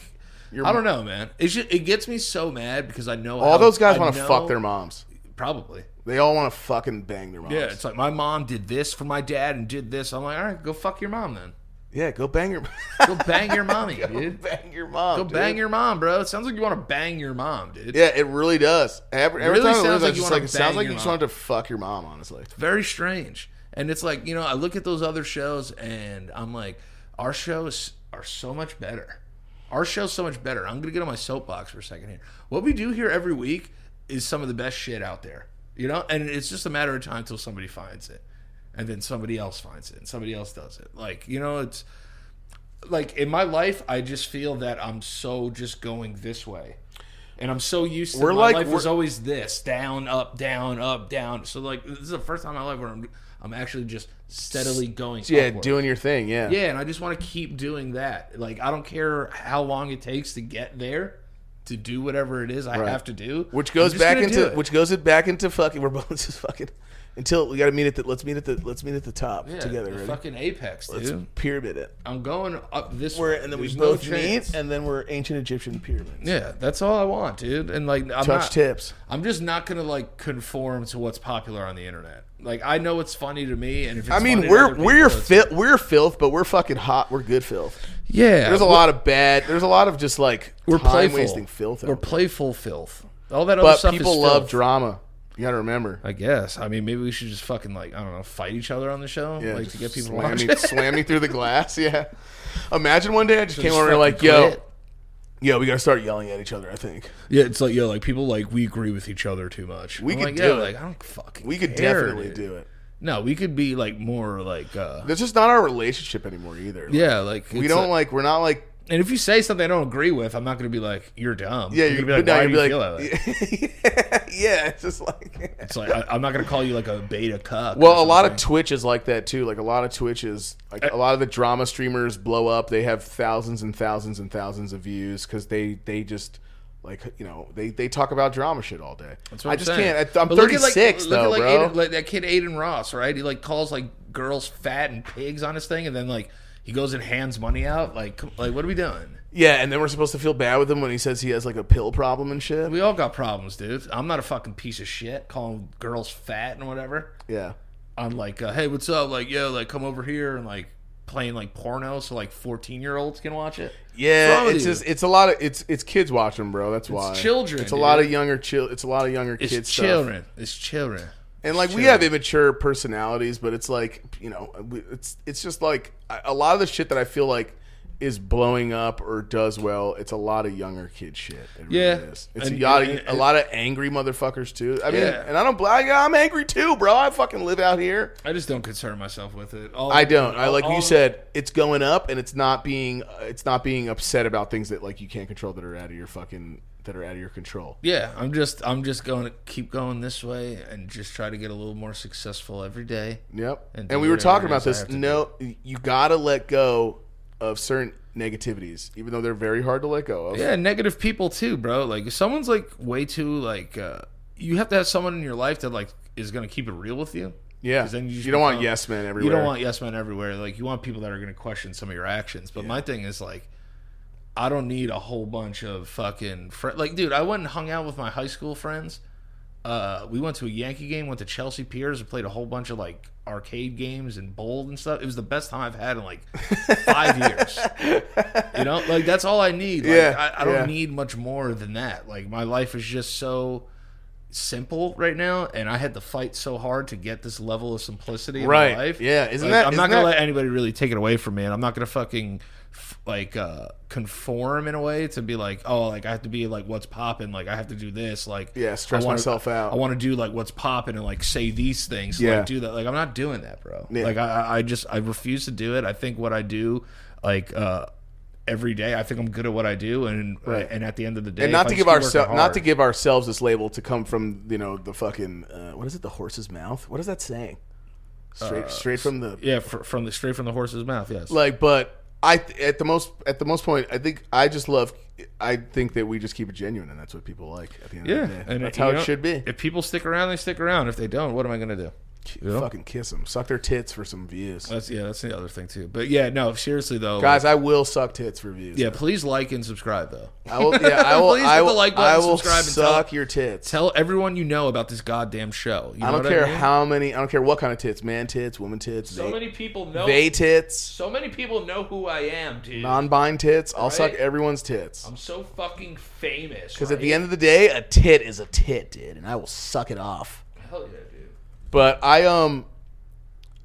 S6: I don't know, man. It's just, it gets me so mad because I know
S5: All those guys want to
S6: to
S5: fuck their moms.
S6: Probably.
S5: They all want to fucking bang their moms.
S6: Yeah, it's like my mom did this for my dad and did this. I'm like, all right, go fuck your mom then.
S5: Yeah, go bang your
S6: Go bang your mommy, dude.
S5: bang your mom.
S6: Go
S5: dude.
S6: bang your mom, bro. It sounds like you want to bang your mom, dude.
S5: Yeah, it really does. Every, every
S6: really
S5: time I
S6: sounds like
S5: lose, I
S6: you
S5: just
S6: wanna
S5: like it sounds
S6: bang
S5: like
S6: your
S5: you just
S6: mom.
S5: wanted to fuck your mom. Honestly,
S6: Very strange. And it's like, you know, I look at those other shows and I'm like, our shows are so much better. Our show's so much better. I'm going to get on my soapbox for a second here. What we do here every week is some of the best shit out there, you know? And it's just a matter of time until somebody finds it. And then somebody else finds it and somebody else does it. Like, you know, it's like in my life, I just feel that I'm so just going this way. And I'm so used to
S5: We're
S6: my
S5: like-
S6: life was
S5: we're-
S6: always this down, up, down, up, down. So like this is the first time in my life where I'm I'm actually just steadily going.
S5: Yeah,
S6: upward.
S5: doing your thing. Yeah.
S6: Yeah, and I just want to keep doing that. Like I don't care how long it takes to get there, to do whatever it is I have to do.
S5: Which
S6: I'm
S5: goes
S6: just
S5: back
S6: gonna do
S5: into
S6: it.
S5: which goes it back into fucking. We're both just fucking until we got to meet at the. Let's meet at the. Let's meet at the top
S6: Yeah,
S5: together.
S6: the
S5: Ready?
S6: fucking apex, dude.
S5: Let's pyramid it.
S6: I'm going up this
S5: We're,
S6: way.
S5: and then we
S6: There's no
S5: both
S6: chance.
S5: meet, and then we're ancient Egyptian pyramids.
S6: Yeah, that's all I want, dude. And like, I'm
S5: Touch
S6: not,
S5: tips.
S6: I'm just not gonna like conform to what's popular on the internet. Like, I know it's funny to me, and if it's
S5: I mean,
S6: funny to
S5: we're
S6: other
S5: we're
S6: people, it's-
S5: fil- we're filth, but we're fucking hot. We're good filth.
S6: yeah.
S5: There's a lot of bad. There's a lot of just like
S6: We're
S5: time
S6: playful.
S5: wasting filth.
S6: We're
S5: out there.
S6: playful filth. All that other
S5: but
S6: stuff.
S5: people
S6: is
S5: love
S6: filth.
S5: drama. You got to remember.
S6: I guess. I mean, maybe we should just fucking like I don't know, fight each other on the show,
S5: Yeah,
S6: like
S5: just
S6: to get people to
S5: slam
S6: watch.
S5: me,
S6: it.
S5: slam me through the glass. Yeah. Imagine one day I just came
S6: Just
S5: over and
S6: fucking
S5: like, yo,
S6: quit.
S5: yo, we got to start yelling at each other. I think
S6: Yeah, it's like yo, like people like we agree with each other too much.
S5: We
S6: I'm
S5: could
S6: like,
S5: do
S6: yeah,
S5: it.
S6: Like I don't fucking.
S5: we could
S6: care,
S5: definitely
S6: dude.
S5: do it.
S6: No, we could be like more like. uh
S5: That's just not our relationship anymore either. Like,
S6: Yeah, like
S5: We
S6: it's
S5: don't like. We're not like.
S6: And if you say something I don't agree with, I'm not going to be like you're dumb.
S5: Yeah,
S6: I'm
S5: you're
S6: gonna be like, why do you feel that way?
S5: yeah, it's just like.
S6: It's like I, I'm not going to call you like a beta cuck. or
S5: Well, a lot of
S6: something.
S5: Twitch is like that too. Like a lot of Twitch is like a lot of the drama streamers blow up. They have thousands and thousands and thousands of views because they they just like you know they they talk about drama shit all day.
S6: That's what
S5: I
S6: I'm
S5: just
S6: saying.
S5: can't. I, I'm
S6: But look at, like-
S5: 36
S6: look at,
S5: though,
S6: like,
S5: bro.
S6: Aiden- like that kid Aiden Ross, right? He like calls like girls fat and pigs on his thing, and then like he goes and hands money out. Like, come- like what are we doing?
S5: yeah, and then we're supposed to feel bad with him when he says he has like a pill problem and shit.
S6: We all got problems, dude. I'm not a fucking piece of shit calling girls fat and whatever.
S5: Yeah,
S6: I'm like, uh, hey, what's up? Like, yo, like come over here and like playing like porno so like 14 year olds can watch it.
S5: yeah.
S6: wrong with
S5: It's
S6: you?
S5: just it's a lot of it's it's kids watching, bro. That's why
S6: children,
S5: It's a lot
S6: dude.
S5: of younger chill. It's a lot of younger
S6: It's
S5: kids. Stuff.
S6: children. It's children.
S5: and like we have immature personalities, but it's like you know, we- it's it's just like I- a lot of the shit that I feel like is blowing up or does well. It's a lot of younger kid shit. It really
S6: Yeah.
S5: is. it's
S6: And-
S5: a, lot of,
S6: and-
S5: a lot of angry motherfuckers too. I mean,
S6: Yeah.
S5: and I don't. bl- I, I'm angry too, bro. I fucking live out here.
S6: I just don't concern myself with it. All,
S5: I don't. I like
S6: all-
S5: you said, it's going up, and it's not being it's not being upset about things that like you can't control that are out of your fucking that are out of your control.
S6: Yeah, I'm just I'm just going to keep going this way and just try to get a little more successful every day.
S5: Yep.
S6: And
S5: And,
S6: do
S5: we were
S6: whatever
S5: talking
S6: it
S5: about
S6: is I
S5: this.
S6: have to
S5: No, you got to let go of certain negativities, even though they're very hard to let go of.
S6: Yeah, negative people too, bro. Like if someone's like way too like uh you have to have someone in your life that like is going to keep it real with you.
S5: Yeah.
S6: 'Cause then you
S5: you,
S6: just
S5: don't want
S6: become-
S5: yes men everywhere.
S6: You don't want yes men everywhere. Like you want people that are going to question some of your actions. But my thing is like I don't need a whole bunch of fucking friends. Like dude, I went and hung out with my high school friends. Uh, we went to a Yankee game, went to Chelsea Piers, and played a whole bunch of like arcade games and bowled and stuff. It was the best time I've had in like five years. You know, like that's all I need. Like,
S5: Yeah,
S6: I, I don't
S5: yeah.
S6: need much more than that. Like my life is just so simple right now, and I had to fight so hard to get this level of simplicity in
S5: Right.
S6: my life.
S5: Yeah, isn't
S6: Like,
S5: that-
S6: I'm not
S5: isn't
S6: gonna
S5: that-
S6: let anybody really take it away from me, and I'm not gonna fucking f- like uh conform in a way to be like, oh, like I have to be like what's popping, like I have to do this, like
S5: Yeah, stress
S6: I wanna-
S5: myself out.
S6: I want to do like what's popping and like say these things, to,
S5: Yeah.
S6: like do that. Like I'm not doing that, bro.
S5: Yeah.
S6: Like I, I- I just I refuse to do it. I think what I do, like. uh Every day, I think I'm good at what I do, and
S5: Right.
S6: and at the end of the day,
S5: and
S6: if
S5: not
S6: I
S5: to
S6: just
S5: give
S6: keep working
S5: ourselves not
S6: hard-
S5: to give ourselves this label to come from you know the fucking uh, what is it the horse's mouth? What is that saying? Straight straight from the
S6: Uh, Yeah, fr- from the straight from the horse's mouth. Yes.
S5: like but i th- at the most at the most point i think i just love i think that we just keep it genuine and that's what people like at the end
S6: yeah,
S5: of the day that's
S6: you
S5: how it
S6: know,
S5: should be
S6: If people stick around, they stick around. If they don't, what am I going to do? You know?
S5: fucking kiss them suck their tits for some views
S6: That's yeah, that's the other thing too. But yeah, no, seriously though,
S5: guys i will suck tits for views
S6: yeah, please like and subscribe though.
S5: i will yeah i will
S6: Please hit
S5: i
S6: the
S5: will,
S6: like button,
S5: I will
S6: subscribe, and tell-
S5: suck your tits
S6: Tell everyone you know about this goddamn show. You
S5: i
S6: know
S5: don't
S6: what
S5: care
S6: mean?
S5: how many i don't care what kind of tits man tits woman tits
S6: So
S5: they,
S6: many people know.
S5: they tits
S6: so many people know who I am, dude.
S5: non-bind tits i'll suck
S6: Right?
S5: everyone's tits
S6: I'm so fucking famous.
S5: because at the end of the day a tit is a tit dude and i will suck it off
S6: hell yeah, dude.
S5: But I um,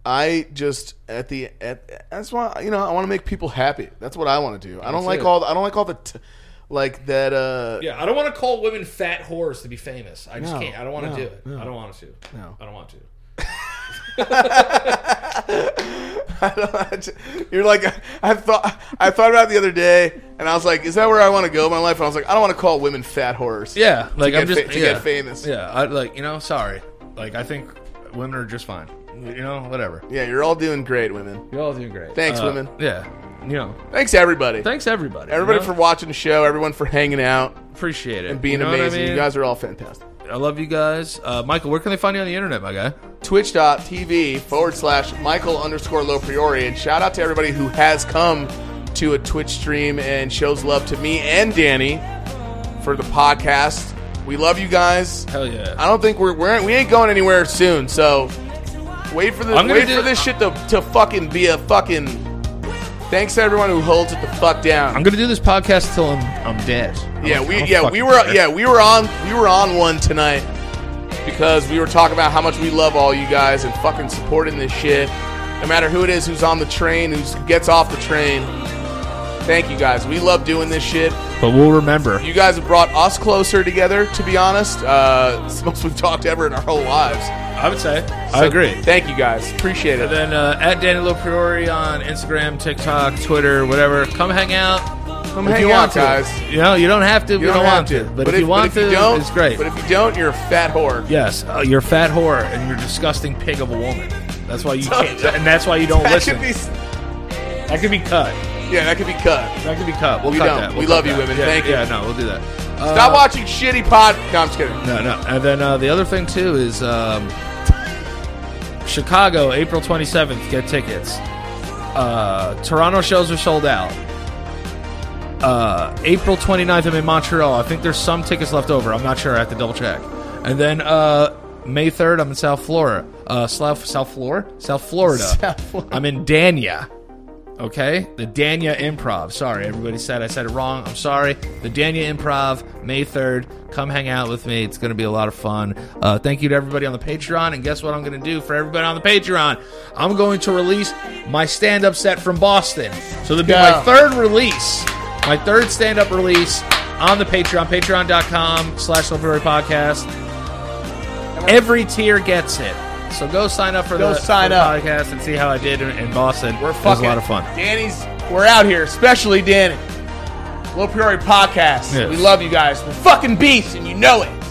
S5: I just at the at that's why you know I want to make people happy. That's what I want to do. I don't like
S6: it.
S5: all I don't like all the t- like that. uh
S6: Yeah, I don't want to call women fat whores to be famous. I just
S5: No,
S6: can't. I don't want to
S5: no,
S6: do it. I don't want to. No, I don't want to.
S5: You're like I thought. I thought about it the other day, and I was like, "Is that where I want to go in my life?" And I was like, "I don't want to call women fat whores."
S6: Yeah, like
S5: get
S6: I'm just
S5: fa- to
S6: yeah.
S5: get famous.
S6: Yeah, I, like you know, sorry. Like I think women are just fine. You know, whatever.
S5: yeah, you're all doing great, women.
S6: You're all doing great.
S5: Thanks,
S6: Uh,
S5: women.
S6: Yeah, you know,
S5: Thanks, everybody.
S6: thanks everybody. you
S5: everybody
S6: know?
S5: for watching the show. Everyone for hanging out
S6: appreciate it
S5: and being
S6: You know what I
S5: amazing. You
S6: mean?
S5: guys are all fantastic.
S6: I love you guys. Uh, Michael, where can they find you on the internet, my guy?
S5: twitch.tv forward slash Michael underscore low priori. And shout out to everybody who has come to a Twitch stream and shows love to me and Danny for the podcast. We love you guys.
S6: Hell yeah.
S5: I don't think we're, we're we ain't going anywhere soon, so wait for the
S6: I'm gonna
S5: wait
S6: do-
S5: for this shit to, to fucking be a fucking thanks to everyone who holds it the fuck down.
S6: I'm gonna do this podcast till I'm I'm dead.
S5: Yeah, we yeah we were yeah we were on we were on one tonight because we were talking about how much we love all you guys and fucking supporting this shit. No matter who it is who's on the train, who gets off the train. Thank you guys. We love doing this shit.
S6: But we'll remember.
S5: You guys have brought us closer together. To be honest, uh, it's the most we've talked ever in our whole lives.
S6: I would say. I agree.
S5: Thank you guys. Appreciate it.
S6: Then uh, at Danny Priori on Instagram, TikTok, Twitter, whatever. Come hang out. Come
S5: hang out, guys.
S6: You know, you don't have to. You we don't,
S5: have
S6: want to. But, if, you want
S5: but if
S6: to,
S5: you don't,
S6: it's great.
S5: But if you don't, you're a fat whore.
S6: yes, uh, you're a fat whore and you're a disgusting pig of a woman. That's why you can't. And that's why you don't
S5: That
S6: listen.
S5: could be,
S6: that could be cut.
S5: yeah, that could be cut.
S6: That could be cut. We'll
S5: We
S6: cut
S5: don't.
S6: that. We'll
S5: We
S6: cut
S5: love you,
S6: that.
S5: women.
S6: Yeah,
S5: Thank you.
S6: Yeah, no, we'll do that. Uh,
S5: Stop watching shitty pod. No, I'm just kidding.
S6: No, no. And then uh, the other thing too is um, Chicago, April 27th. Get tickets. Uh, Toronto shows are sold out. Uh, April 29th, I'm in Montreal. I think there's some tickets left over. I'm not sure. I have to double check. And then uh, May 3rd, I'm in South Florida. Uh, South South Florida, South Florida. I'm in Dania. Okay, the Dania Improv. Sorry, everybody said I said it wrong. I'm sorry. The Dania Improv, May third. Come hang out with me. It's going to be a lot of fun. Uh, thank you to everybody on the Patreon. And guess what I'm going to do for everybody on the Patreon? I'm going to release my stand-up set from Boston. So that'll be
S5: Yeah.
S6: my third release, my third stand-up release on the Patreon. Patreon.com/slash Silverberry Podcast. Every tier gets it. So go sign up for
S5: Go
S6: the,
S5: sign
S6: for the
S5: up.
S6: podcast and see how I did in, in Boston.
S5: We're
S6: It was
S5: fucking
S6: a lot of fun.
S5: Danny's. We're out here, especially Danny. Low Priori Podcast.
S6: Yes.
S5: We love you guys. We're fucking beasts, and you know it.